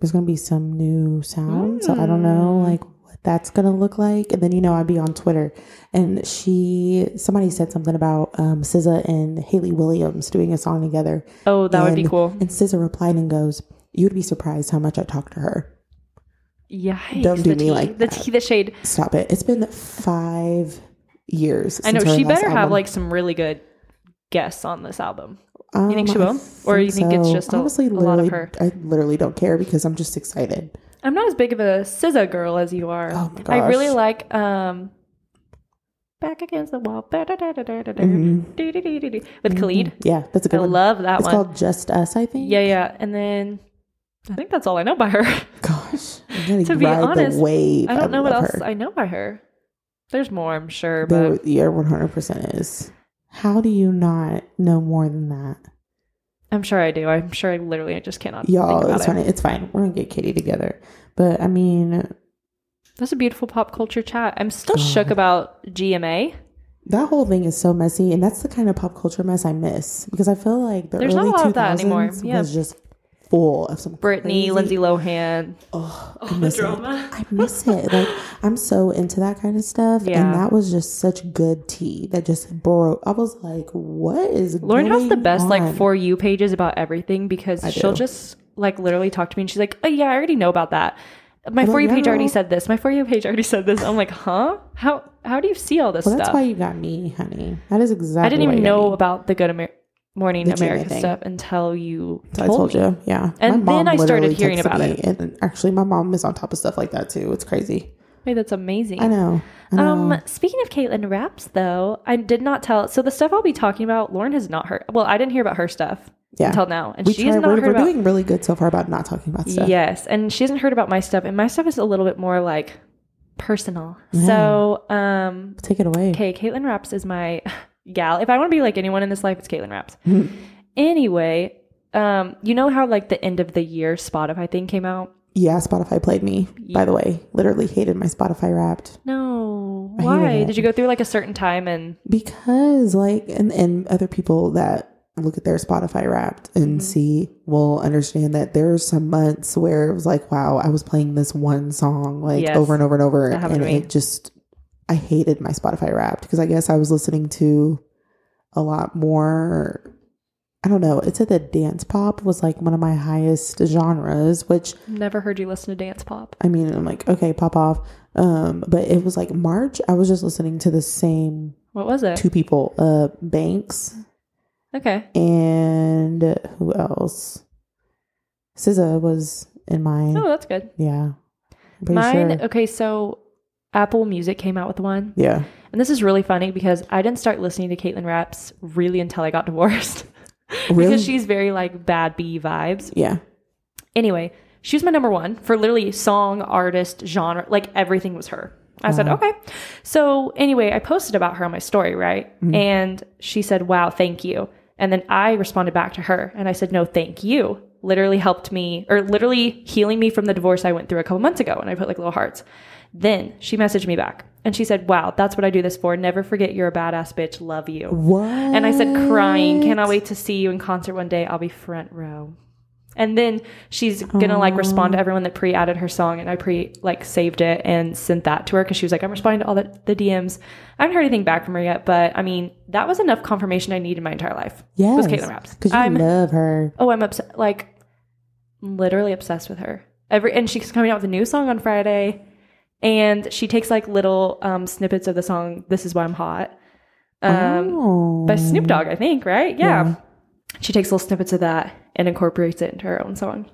[SPEAKER 2] there's gonna be some new sound, so I don't know
[SPEAKER 1] Hmm.
[SPEAKER 2] like what that's gonna look like. And then you know I'd be on Twitter, and she somebody said something about um, SZA and Haley Williams doing a song together,
[SPEAKER 1] Oh, that would be
[SPEAKER 2] And-
[SPEAKER 1] cool.
[SPEAKER 2] and SZA replied and goes, "You'd be surprised how much I talk to her.
[SPEAKER 1] Yeah.
[SPEAKER 2] Don't do
[SPEAKER 1] the
[SPEAKER 2] me
[SPEAKER 1] tea,
[SPEAKER 2] like
[SPEAKER 1] the
[SPEAKER 2] that.
[SPEAKER 1] tea, the shade.
[SPEAKER 2] Stop it. It's been five years.
[SPEAKER 1] I know
[SPEAKER 2] since her
[SPEAKER 1] she
[SPEAKER 2] last
[SPEAKER 1] better have
[SPEAKER 2] album.
[SPEAKER 1] like some really good guests on this album.
[SPEAKER 2] Um,
[SPEAKER 1] think she will? Or you think it's just a-
[SPEAKER 2] honestly
[SPEAKER 1] a lot of
[SPEAKER 2] literally,
[SPEAKER 1] her?
[SPEAKER 2] I literally don't care because I'm just excited.
[SPEAKER 1] I'm not as big of a SZA girl as you are.
[SPEAKER 2] Oh my
[SPEAKER 1] I really
[SPEAKER 2] gosh.
[SPEAKER 1] like um Back Against the Wall da-da-da-da-da-da-da,
[SPEAKER 2] Mhm.
[SPEAKER 1] dee-dee-dee-dee-dee, with Khalid.
[SPEAKER 2] Yeah, that's a
[SPEAKER 1] I
[SPEAKER 2] good one.
[SPEAKER 1] love that
[SPEAKER 2] it's
[SPEAKER 1] one.
[SPEAKER 2] called Just Us, I think.
[SPEAKER 1] Yeah, yeah. And then I think that's all I know by her.
[SPEAKER 2] Gosh, I gotta
[SPEAKER 1] To be
[SPEAKER 2] ride
[SPEAKER 1] honest,
[SPEAKER 2] the wave.
[SPEAKER 1] I don't know what
[SPEAKER 2] love
[SPEAKER 1] else
[SPEAKER 2] Her.
[SPEAKER 1] I know by her. There's more, I'm sure, but
[SPEAKER 2] There- yeah, 100 percent is. How do you not know more than that,
[SPEAKER 1] I'm sure I do. I'm sure I literally I just cannot think
[SPEAKER 2] y'all?
[SPEAKER 1] about
[SPEAKER 2] It's
[SPEAKER 1] it.
[SPEAKER 2] fine. It's fine. We're gonna get Katie together. But I mean,
[SPEAKER 1] That's a beautiful pop culture chat. I'm still
[SPEAKER 2] God.
[SPEAKER 1] shook about GMA.
[SPEAKER 2] that whole thing is so messy, and that's the kind of pop culture mess I miss because I feel like the
[SPEAKER 1] There's not
[SPEAKER 2] early
[SPEAKER 1] a lot of that
[SPEAKER 2] 2000s
[SPEAKER 1] anymore. Yeah.
[SPEAKER 2] was just full of some
[SPEAKER 1] Brittany,
[SPEAKER 2] crazy-
[SPEAKER 1] Lindsay Lohan,
[SPEAKER 2] Oh, I
[SPEAKER 1] all the
[SPEAKER 2] miss it.
[SPEAKER 1] drama.
[SPEAKER 2] I miss it. Like I'm so into that kind of stuff,
[SPEAKER 1] Yeah.
[SPEAKER 2] and that was just such good tea that just broke. I was like, "What is?"
[SPEAKER 1] Lauren has
[SPEAKER 2] going
[SPEAKER 1] the best
[SPEAKER 2] on?
[SPEAKER 1] like for you pages about everything because she'll
[SPEAKER 2] do.
[SPEAKER 1] just like literally talk to me and she's like, "Oh yeah, I already know about that. My
[SPEAKER 2] I'm
[SPEAKER 1] for you
[SPEAKER 2] like,
[SPEAKER 1] page already
[SPEAKER 2] "No."
[SPEAKER 1] said this. My for you page already said this." I'm like, "Huh? How how do you see all this
[SPEAKER 2] Well, that's
[SPEAKER 1] stuff?"
[SPEAKER 2] why you got me, honey. That is exactly.
[SPEAKER 1] I didn't
[SPEAKER 2] why
[SPEAKER 1] even
[SPEAKER 2] you got
[SPEAKER 1] know
[SPEAKER 2] me.
[SPEAKER 1] about the Good Amer- Morning
[SPEAKER 2] The GMA
[SPEAKER 1] America
[SPEAKER 2] thing.
[SPEAKER 1] stuff until you
[SPEAKER 2] So I
[SPEAKER 1] told,
[SPEAKER 2] told
[SPEAKER 1] me.
[SPEAKER 2] you, yeah.
[SPEAKER 1] And
[SPEAKER 2] My mom
[SPEAKER 1] then I started
[SPEAKER 2] literally
[SPEAKER 1] hearing
[SPEAKER 2] texted
[SPEAKER 1] about
[SPEAKER 2] me,
[SPEAKER 1] it.
[SPEAKER 2] and actually, my mom is on top of stuff like that too. It's crazy.
[SPEAKER 1] Wait, that's amazing.
[SPEAKER 2] I know. I know.
[SPEAKER 1] Um, speaking of Caitlyn Raps, though, I did not tell. So the stuff I'll be talking about, Lauren has not heard. Well, I didn't hear about her stuff
[SPEAKER 2] Yeah.
[SPEAKER 1] until now, and
[SPEAKER 2] Ah. we
[SPEAKER 1] she has
[SPEAKER 2] try.
[SPEAKER 1] not
[SPEAKER 2] We're,
[SPEAKER 1] heard
[SPEAKER 2] we're
[SPEAKER 1] about.
[SPEAKER 2] doing really good so far about not talking about stuff.
[SPEAKER 1] Yes, and she hasn't heard about my stuff, and my stuff is a little bit more like personal. So, um,
[SPEAKER 2] Take it away.
[SPEAKER 1] okay, Caitlyn Raps is my gal. If I want to be like anyone in this life, it's Caitlyn Raps.
[SPEAKER 2] Hmm.
[SPEAKER 1] anyway, um, you know how like the end of the year Spotify thing came out?
[SPEAKER 2] Yeah, Spotify played me. By the way, literally hated my Spotify Wrapped.
[SPEAKER 1] No,
[SPEAKER 2] I hated
[SPEAKER 1] why
[SPEAKER 2] it.
[SPEAKER 1] did you go through like a certain time and
[SPEAKER 2] because like and and other people that look at their spotify wrapped
[SPEAKER 1] Mm-hmm.
[SPEAKER 2] and see will understand that there are some months where it was like wow i was playing this one song like
[SPEAKER 1] Yes.
[SPEAKER 2] over and over and over
[SPEAKER 1] That happened
[SPEAKER 2] and
[SPEAKER 1] to me.
[SPEAKER 2] it just i hated my spotify wrapped because i guess i was listening to a lot more i don't know it said that dance pop was like one of my highest genres which
[SPEAKER 1] never heard you listen to dance pop?
[SPEAKER 2] I mean, I'm like, okay, pop off. Um, but it was like March. I was just listening to the same
[SPEAKER 1] What was it?
[SPEAKER 2] two people, uh, Banks
[SPEAKER 1] Okay.
[SPEAKER 2] and who else? SZA was in mine.
[SPEAKER 1] Oh, that's good.
[SPEAKER 2] Yeah, I'm Mm. pretty
[SPEAKER 1] Mine.
[SPEAKER 2] sure.
[SPEAKER 1] Okay, so Apple Music came out with one,
[SPEAKER 2] Yeah,
[SPEAKER 1] and this is really funny because I didn't start listening to Caitlyn Raps really until I got divorced
[SPEAKER 2] really.
[SPEAKER 1] because she's very like bad B vibes.
[SPEAKER 2] yeah,
[SPEAKER 1] Anyway, she was my number one for literally song, artist, genre, like everything was her. I said,
[SPEAKER 2] Wow.
[SPEAKER 1] okay. So anyway, I posted about her on my story, right? And she said, wow, thank you. And then I responded back to her and I said, no, thank you. Literally helped me or literally healing me from the divorce I went through a couple months ago. And I put like little hearts. Then she messaged me back and she said, wow, that's what I do this for. Never forget you're a badass bitch. Love you.
[SPEAKER 2] what?
[SPEAKER 1] And I said, crying, cannot wait to see you in concert one day. I'll be front row. And then she's gonna like respond to everyone that pre-added her song, and I pre like saved it and sent that to her because she was like, "I'm responding to all the, the DMs." I haven't heard anything back from her yet, but I mean, that was enough confirmation I needed in my entire life.
[SPEAKER 2] yes,
[SPEAKER 1] was Caitlyn Raps.
[SPEAKER 2] because you
[SPEAKER 1] I'm-
[SPEAKER 2] love her.
[SPEAKER 1] Oh, I'm obsessed, like literally obsessed with her. Every and she's coming out with a new song on Friday, and she takes like little um, snippets of the song "This Is Why I'm Hot." Um,
[SPEAKER 2] oh.
[SPEAKER 1] by Snoop Dogg, I think, right? Yeah.
[SPEAKER 2] Yeah.
[SPEAKER 1] She takes little snippets of that and incorporates it into her own song.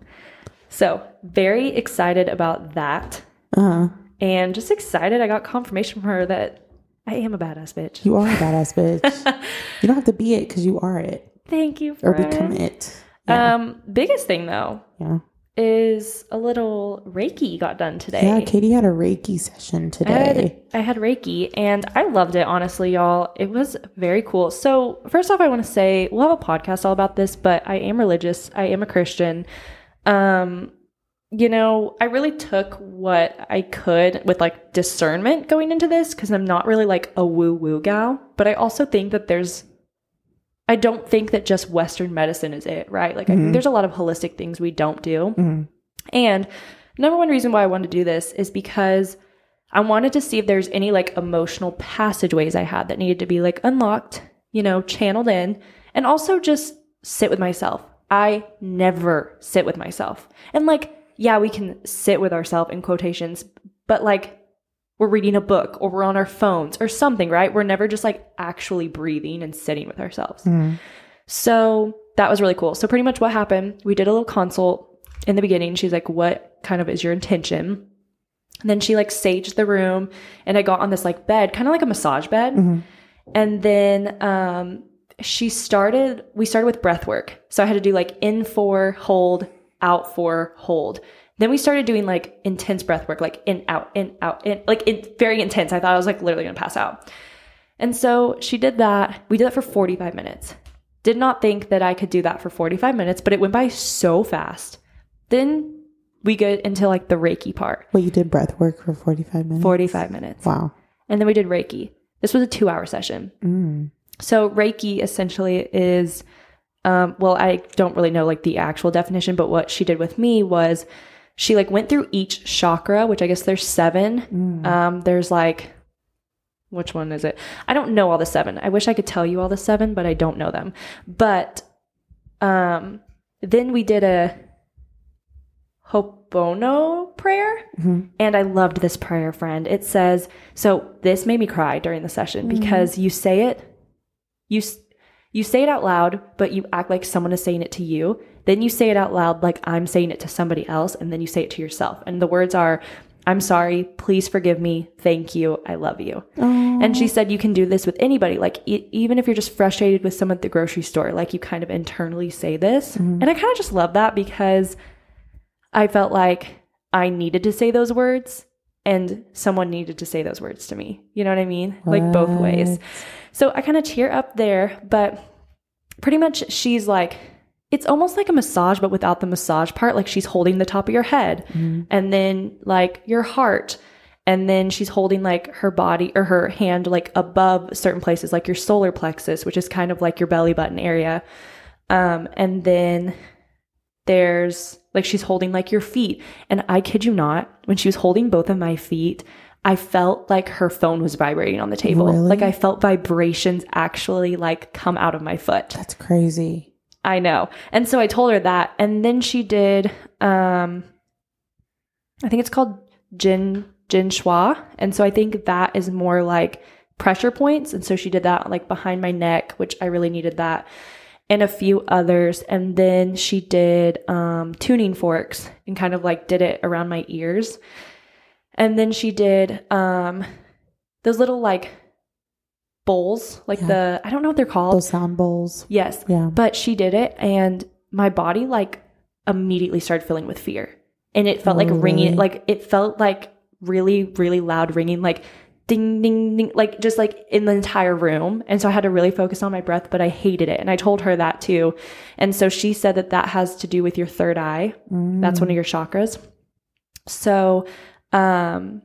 [SPEAKER 1] So, very excited about that.
[SPEAKER 2] Uh-huh.
[SPEAKER 1] And just excited I got confirmation from her that I am a badass bitch.
[SPEAKER 2] You are a badass bitch. you don't have to be it because you are it
[SPEAKER 1] Thank you
[SPEAKER 2] or
[SPEAKER 1] for Uh,
[SPEAKER 2] become it. Yeah,
[SPEAKER 1] Um, biggest thing though
[SPEAKER 2] yeah.
[SPEAKER 1] is a little Reiki got done today.
[SPEAKER 2] Yeah, Katie had a Reiki session
[SPEAKER 1] I had,
[SPEAKER 2] today.
[SPEAKER 1] I had Reiki and I loved it, honestly, y'all. It was very cool. So, first off, I want to say we'll have a podcast all about this, but I am religious. I am a Christian. Um, you know, I really took what I could with like discernment going into this because I'm not really like a woo woo gal, but I also think that there's I don't think that just Western medicine is it, right? Like, I think there's a lot of holistic things we don't do. And number one reason why I wanted to do this is because I wanted to see if there's any like emotional passageways I had that needed to be like unlocked, you know, channeled in, and also just sit with myself. I never sit with myself. And like, yeah, we can sit with ourselves in quotations, but like, we're reading a book or we're on our phones or something, right? We're never just like actually breathing and sitting with ourselves. So that was really cool. So pretty much what happened, we did a little consult in the beginning. She's like, "What kind of is your intention?" And then she like saged the room, and I got on this like bed, kind of like a massage bed. And then um, she started. We started with breath work, so I had to do like in four, hold, out four, hold. Then we started doing like intense breath work, like in out, in out, in like it, very intense. I thought I was like literally gonna pass out. And so she did that. We did that for 45 minutes. Did not think that I could do that for 45 minutes, but it went by so fast. Then we get into like the Reiki part
[SPEAKER 2] Well, you did breath work for 45 minutes.
[SPEAKER 1] 45 minutes.
[SPEAKER 2] Wow.
[SPEAKER 1] And then we did Reiki. This was a two hour session. So, Reiki essentially is, um, well, I don't really know like the actual definition, but what she did with me was she like went through each chakra, which I guess there's seven. Um, there's like, which one is it? I don't know all the seven. I wish I could tell you all the seven, but I don't know them. But um, then we did a Hopono prayer. And I loved this prayer, friend. It says, so this made me cry during the session because you say it, you s- you say it out loud, but you act like someone is saying it to you. Then you say it out loud like I'm saying it to somebody else, and then you say it to yourself. And the words are, I'm sorry, please forgive me, thank you, I love you. And she said, You can do this with anybody. Like, e- even if you're just frustrated with someone at the grocery store, like you kind of internally say this. And I kind of just love that because I felt like I needed to say those words and someone needed to say those words to me. You know what I mean? Like both ways. So I kind of cheer up there, but pretty much she's like, it's almost like a massage, but without the massage part. Like she's holding the top of your head and then like your heart. And then she's holding like her body or her hand like above certain places, like your solar plexus, which is kind of like your belly button area. Um, and then there's like she's holding like your feet. And I kid you not, when she was holding both of my feet, I felt like her phone was vibrating on the table.
[SPEAKER 2] Really?
[SPEAKER 1] Like I felt vibrations actually like come out of my foot.
[SPEAKER 2] That's crazy.
[SPEAKER 1] I know. And so I told her that. And then she did um I think it's called Jin Jin Shua. And so I think that is more like pressure points. And so she did that like behind my neck, which I really needed that, and a few others. And then she did um tuning forks and kind of like did it around my ears. And then she did um those little like bowls, like
[SPEAKER 2] Yeah.
[SPEAKER 1] the I don't know what they're called.
[SPEAKER 2] Those sound bowls.
[SPEAKER 1] yes.
[SPEAKER 2] Yeah.
[SPEAKER 1] But she did it, and my body like immediately started filling with fear, and it felt like
[SPEAKER 2] Oh,
[SPEAKER 1] ringing,
[SPEAKER 2] really?
[SPEAKER 1] like it felt like really, really loud ringing, like ding, ding, ding, like just like in the entire room. And so I had to really focus on my breath, but I hated it, and I told her that too. And so she said that that has to do with your third eye. That's
[SPEAKER 2] Mm.
[SPEAKER 1] one of your chakras. So, um,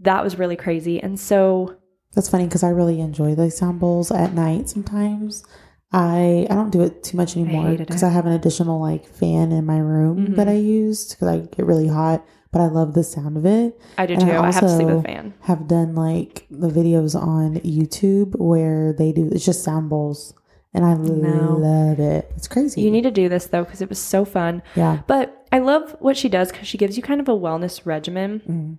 [SPEAKER 1] that was really crazy. And so,
[SPEAKER 2] That's funny because I really enjoy the sound bowls at night sometimes. I I don't do it Mm-hmm. too much anymore
[SPEAKER 1] hated
[SPEAKER 2] because
[SPEAKER 1] it.
[SPEAKER 2] I have an additional like fan in my room that I use because I get really hot, but I love the sound of it.
[SPEAKER 1] I do
[SPEAKER 2] And
[SPEAKER 1] too. I have to sleep with a
[SPEAKER 2] also
[SPEAKER 1] fan.
[SPEAKER 2] Have done like the videos on YouTube where they do it's just sound bowls, and I
[SPEAKER 1] No.
[SPEAKER 2] love it. It's crazy.
[SPEAKER 1] You need to do this though, because it was so fun.
[SPEAKER 2] yeah.
[SPEAKER 1] But I love what she does because she gives you kind of a wellness regimen.
[SPEAKER 2] Mhm.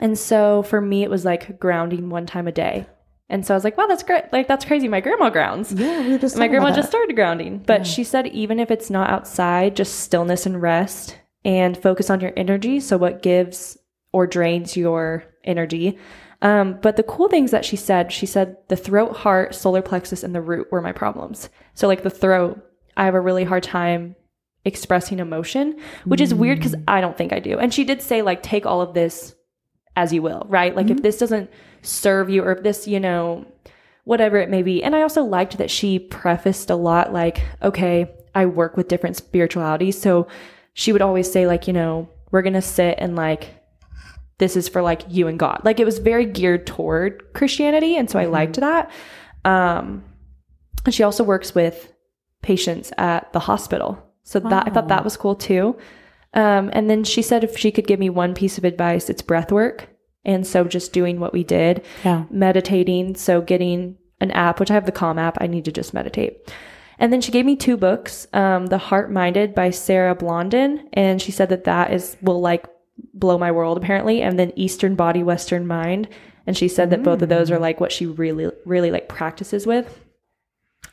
[SPEAKER 1] And so for me, it was like grounding one time a day. And so I was like, wow, that's great. Like, that's crazy. My grandma grounds.
[SPEAKER 2] Yeah, we were just
[SPEAKER 1] My
[SPEAKER 2] talking about
[SPEAKER 1] grandma
[SPEAKER 2] that.
[SPEAKER 1] just started grounding. But she said, even if it's not outside, just stillness and rest and focus on your energy. So, what gives or drains your energy. Um, but the cool things that she said, she said the throat, heart, solar plexus, and the root were my problems. So, like the throat, I have a really hard time expressing emotion, which is weird
[SPEAKER 2] Mm.
[SPEAKER 1] because I don't think I do. And she did say, like, take all of this as you will, right? Like,
[SPEAKER 2] Mm-hmm.
[SPEAKER 1] if this doesn't serve you or if this, you know, whatever it may be. And I also liked that she prefaced a lot, like, okay, I work with different spiritualities. So she would always say, like, you know, we're going to sit and like, this is for like you and God. Like it was very geared toward Christianity. And so I liked that. Um, and she also works with patients at the hospital. So that I thought that was cool too. Um, and then she said if she could give me one piece of advice, it's breath work. And so just doing what we did,
[SPEAKER 2] Yeah.
[SPEAKER 1] meditating. So getting an app, which I have the Calm app, I need to just meditate. And then she gave me two books, um, The Heart Minded by Sarah Blondin. And she said that that is, will like blow my world apparently. And then Eastern Body, Western Mind. And she said that both of those are like what she really, really like practices with.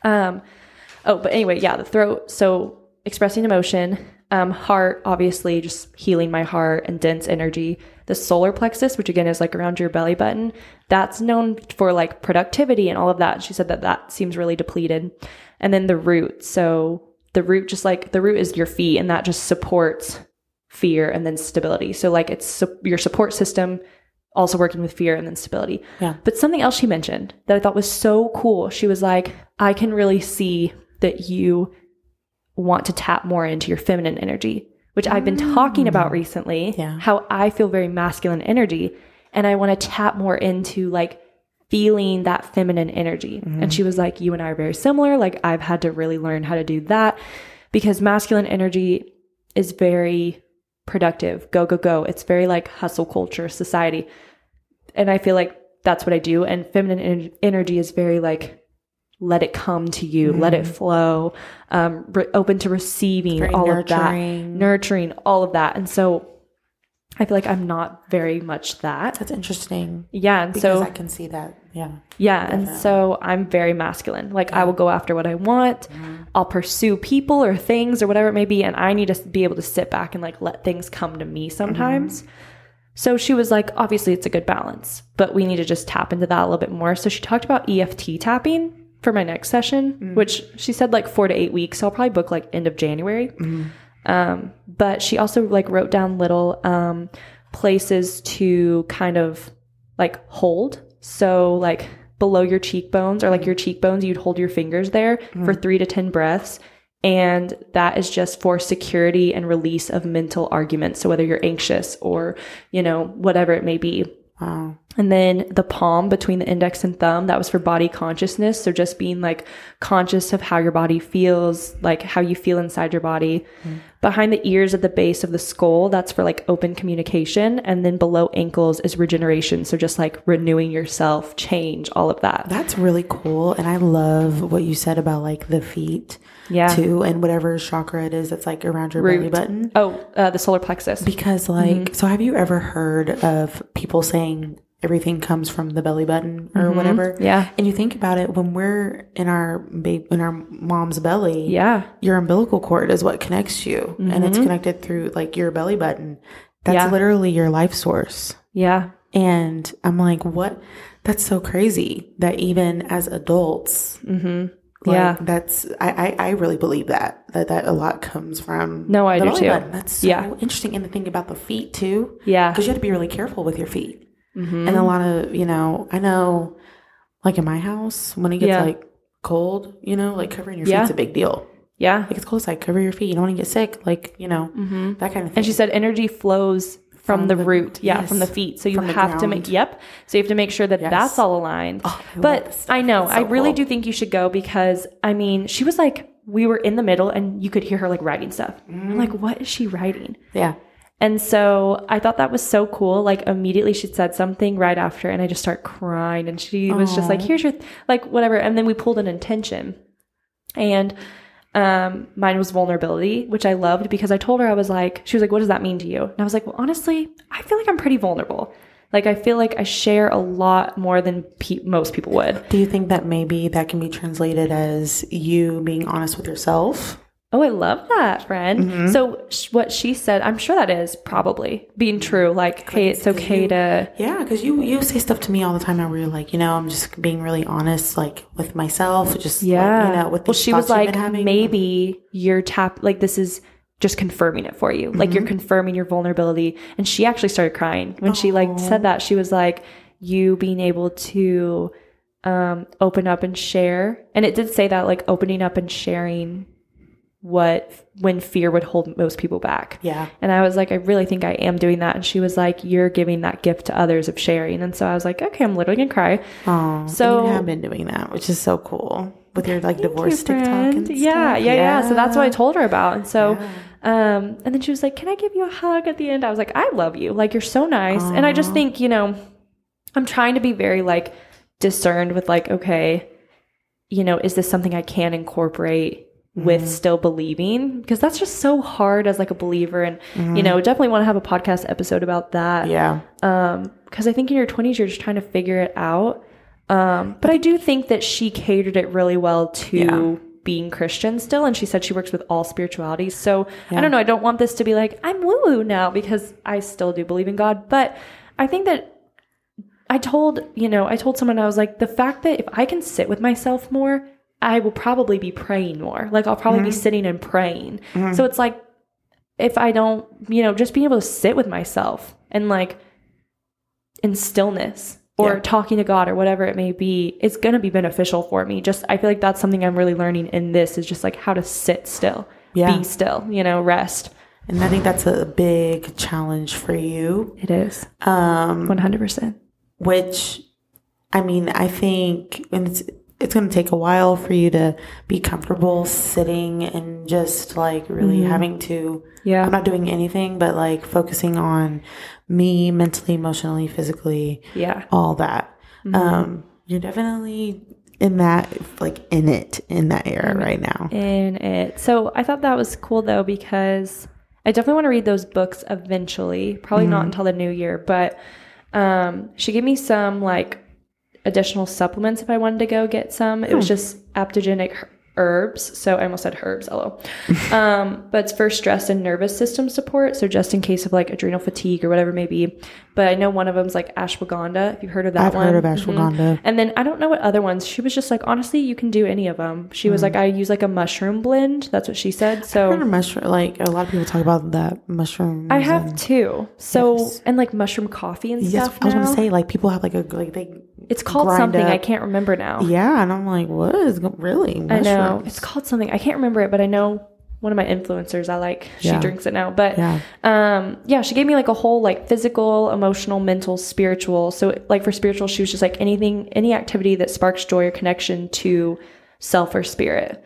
[SPEAKER 1] Um, oh, but anyway, yeah, the throat. So expressing emotion, um, heart, obviously, just healing my heart and dense energy. The solar plexus, which again is like around your belly button, that's known for like productivity and all of that. She said that that seems really depleted. And then the root. So the root, just like the root is your feet, and that just supports fear and then stability. So like it's su- your support system also working with fear and then stability.
[SPEAKER 2] Yeah.
[SPEAKER 1] But something else she mentioned that I thought was so cool. She was like, "I can really see that you want to tap more into your feminine energy, which I've been talking about recently,
[SPEAKER 2] Mm. Yeah.
[SPEAKER 1] how I feel very masculine energy and I want to tap more into like feeling that feminine energy.
[SPEAKER 2] Mm-hmm.
[SPEAKER 1] And she was like, You and I are very similar. Like, I've had to really learn how to do that because masculine energy is very productive, go, go, go. It's very like hustle culture society. And I feel like that's what I do. And feminine en- energy is very like, let it come to you, let it flow, um, re- open to receiving
[SPEAKER 2] Mm-hmm. Very
[SPEAKER 1] all of that,
[SPEAKER 2] nurturing.
[SPEAKER 1] nurturing all of that. And so I feel like I'm not very much that.
[SPEAKER 2] That's interesting.
[SPEAKER 1] Yeah. And
[SPEAKER 2] Because
[SPEAKER 1] so,
[SPEAKER 2] I can see that. Yeah.
[SPEAKER 1] yeah. And so I'm very masculine. Like, I will go after what I want. I'll pursue people or things or whatever it may be. And I need to s- be able to sit back and like let things come to me sometimes. So she was like, obviously, it's a good balance, but we need to just tap into that a little bit more. So she talked about EFT tapping for my next session, which she said like four to eight weeks. So I'll probably book like end of January. Um, but she also like wrote down little um, places to kind of like hold. So like below your cheekbones or like your cheekbones, you'd hold your fingers there for three to ten breaths. And that is just for security and release of mental arguments. So whether you're anxious or, you know, whatever it may be,
[SPEAKER 2] Wow.
[SPEAKER 1] and then the palm between the index and thumb, that was for body consciousness. So just being like conscious of how your body feels, like how you feel inside your body. Behind the ears at the base of the skull, that's for like open communication. And then below ankles is regeneration. So just like renewing yourself, change, all of that.
[SPEAKER 2] That's really cool. And I love what you said about like the feet
[SPEAKER 1] Yeah.
[SPEAKER 2] too and whatever chakra it is that's like around your belly
[SPEAKER 1] Root. Mm-hmm.
[SPEAKER 2] button.
[SPEAKER 1] Oh, uh, the solar plexus.
[SPEAKER 2] Because like so have you ever heard of people saying everything comes from the belly button or whatever?
[SPEAKER 1] Mm-hmm. Yeah.
[SPEAKER 2] And you think about it when we're in our babe in our mom's belly,
[SPEAKER 1] Yeah. Mm-hmm.
[SPEAKER 2] your umbilical cord is what connects you and it's connected through like your belly button. That's
[SPEAKER 1] Yeah.
[SPEAKER 2] literally your life source.
[SPEAKER 1] Yeah.
[SPEAKER 2] And I'm like, what? That's so crazy that even as adults, like,
[SPEAKER 1] Mm-hmm. Yeah.
[SPEAKER 2] that's I, I I really believe that that that a lot comes from
[SPEAKER 1] No, I
[SPEAKER 2] the
[SPEAKER 1] do
[SPEAKER 2] belly
[SPEAKER 1] too.
[SPEAKER 2] button. That's so
[SPEAKER 1] Yeah.
[SPEAKER 2] interesting, and the thing about the feet too,
[SPEAKER 1] Yeah. Mm-hmm.
[SPEAKER 2] because you have to be really careful with your feet. And a lot of you know, I know, like in my house when it gets
[SPEAKER 1] Yeah.
[SPEAKER 2] like cold, you know, like covering your
[SPEAKER 1] Yeah.
[SPEAKER 2] feet's a big deal.
[SPEAKER 1] Yeah.
[SPEAKER 2] Like it's cold outside, cover your feet. You don't want to get sick, like you know, that kind of thing.
[SPEAKER 1] Mm-hmm. And she said energy flows from,
[SPEAKER 2] From
[SPEAKER 1] the,
[SPEAKER 2] the-
[SPEAKER 1] root, yeah, from the
[SPEAKER 2] yes,
[SPEAKER 1] feet. So you
[SPEAKER 2] from the
[SPEAKER 1] have to make
[SPEAKER 2] ground.
[SPEAKER 1] yep. So you have to make sure that
[SPEAKER 2] Yes. Oh,
[SPEAKER 1] that's all aligned.
[SPEAKER 2] I love
[SPEAKER 1] but
[SPEAKER 2] this
[SPEAKER 1] I know, I
[SPEAKER 2] so
[SPEAKER 1] really
[SPEAKER 2] cool.
[SPEAKER 1] do think you should go because I mean, she was like we were in the middle and you could hear her like writing stuff. I'm
[SPEAKER 2] Mm.
[SPEAKER 1] like, what is she writing?
[SPEAKER 2] yeah,
[SPEAKER 1] And so I thought that was so cool. Like immediately she said something right after and I just start crying and she was just like, here's your th- like whatever. And then we pulled an intention. And um mine was vulnerability, which I loved because I told her I was like, she was like, what does that mean to you? And I was like, well, honestly, I feel like I'm pretty vulnerable. Like I feel like I share a lot more than pe- most people would.
[SPEAKER 2] Do you think that maybe that can be translated as you being honest with yourself?
[SPEAKER 1] Oh, I love that, friend. So sh- what she said, I'm sure that is probably being true. Like, hey, it's okay to
[SPEAKER 2] Yeah, because you you say stuff to me all the time now where you're like, you know, I'm just being really honest, like with myself, just like,
[SPEAKER 1] Yeah.
[SPEAKER 2] you know, with the
[SPEAKER 1] well, she was
[SPEAKER 2] thoughts you've
[SPEAKER 1] like,
[SPEAKER 2] been having.
[SPEAKER 1] maybe you're tap like this is just confirming it for you. Like
[SPEAKER 2] Mm-hmm.
[SPEAKER 1] you're confirming your vulnerability. And she actually started crying when she like said that. She was like, you being able to um, open up and share. And it did say that like opening up and sharing what when fear would hold most people back.
[SPEAKER 2] Yeah.
[SPEAKER 1] And I was like, I really think I am doing that. And she was like, You're giving that gift to others of sharing. And so I was like, Okay, I'm literally gonna cry.
[SPEAKER 2] Oh,
[SPEAKER 1] So-
[SPEAKER 2] so you have been doing that, which is so cool with your like
[SPEAKER 1] Thank
[SPEAKER 2] divorce
[SPEAKER 1] you,
[SPEAKER 2] TikTok
[SPEAKER 1] friend.
[SPEAKER 2] and
[SPEAKER 1] yeah,
[SPEAKER 2] stuff.
[SPEAKER 1] yeah, yeah, So that's what I told her about. And so, um, and then she was like, "Can I give you a hug at the end?" I was like, "I love you. Like you're so nice." And I just think, you know, I'm trying to be very like discerned with like, okay, you know, is this something I can incorporate with
[SPEAKER 2] Mm-hmm.
[SPEAKER 1] still believing? Because that's just so hard as like a believer, and
[SPEAKER 2] Mm-hmm.
[SPEAKER 1] you know, definitely want to have a podcast episode about that.
[SPEAKER 2] yeah.
[SPEAKER 1] Um, because I think in your 20s you're just trying to figure it out. Um, but I do think that she catered it really well to
[SPEAKER 2] Yeah.
[SPEAKER 1] being Christian still, and she said she works with all spiritualities. So I don't know. I don't want this to be like I'm woo woo now because I still do believe in God, but I think that. I told, you know, I told someone I was like the fact that if I can sit with myself more, I will probably be praying more. Like I'll probably be
[SPEAKER 2] Mm-hmm.
[SPEAKER 1] sitting and praying. So it's like if I don't, you know, just being able to sit with myself and like in stillness or
[SPEAKER 2] Yeah.
[SPEAKER 1] talking to God or whatever it may be, it's going to be beneficial for me. Just, I feel like that's something I'm really learning in this is just like how to sit still,
[SPEAKER 2] Yeah.
[SPEAKER 1] be still, you know, rest.
[SPEAKER 2] And I think that's a big challenge for you.
[SPEAKER 1] It is
[SPEAKER 2] Um,
[SPEAKER 1] 100%.
[SPEAKER 2] which I mean, I think and it's it's going to take a while for you to be comfortable sitting and just like really having to
[SPEAKER 1] Mm-hmm. Yeah.
[SPEAKER 2] I'm not doing anything but like focusing on me mentally, emotionally, physically,
[SPEAKER 1] Yeah. Mm-hmm.
[SPEAKER 2] all that. Um, you're definitely in that like in it in that era
[SPEAKER 1] Mm-hmm.
[SPEAKER 2] right now.
[SPEAKER 1] in it. So I thought that was cool though because I definitely want to read those books eventually. Probably
[SPEAKER 2] Mm-hmm.
[SPEAKER 1] not until the new year, but um, she gave me some like additional supplements if I wanted to go get some. It
[SPEAKER 2] Hmm.
[SPEAKER 1] was just aptogenic her- herbs. So I almost said herbs, hello. um, but it's for stress and nervous system support. So just in case of like adrenal fatigue or whatever it may be. But I know one of them's like ashwagandha. If you've heard of that
[SPEAKER 2] I've
[SPEAKER 1] one.
[SPEAKER 2] heard of
[SPEAKER 1] Mhm.
[SPEAKER 2] ashwagandha.
[SPEAKER 1] And then I don't know what other ones. She was just like, honestly, you can do any of them. She
[SPEAKER 2] Hmm.
[SPEAKER 1] was like, I use like a mushroom blend. That's what she said.
[SPEAKER 2] I've heard
[SPEAKER 1] So
[SPEAKER 2] of mushroom. Like a lot of people talk about that mushroom.
[SPEAKER 1] I have two. So
[SPEAKER 2] Yes.
[SPEAKER 1] and like mushroom coffee and
[SPEAKER 2] Yes,
[SPEAKER 1] stuff.
[SPEAKER 2] I was
[SPEAKER 1] now.
[SPEAKER 2] gonna say like people have like a like they.
[SPEAKER 1] it's called
[SPEAKER 2] grind
[SPEAKER 1] something. I
[SPEAKER 2] up-
[SPEAKER 1] can't remember now.
[SPEAKER 2] Yeah, and I'm like, what is go- really?
[SPEAKER 1] I know
[SPEAKER 2] mushrooms?
[SPEAKER 1] it's called something. I can't remember it, but I know one of my influencers. I like. She
[SPEAKER 2] Yeah.
[SPEAKER 1] drinks it now, but
[SPEAKER 2] Yeah.
[SPEAKER 1] um yeah she gave me like a whole like physical emotional mental spiritual so like for spiritual she was just like anything any activity that sparks joy or connection to self or spirit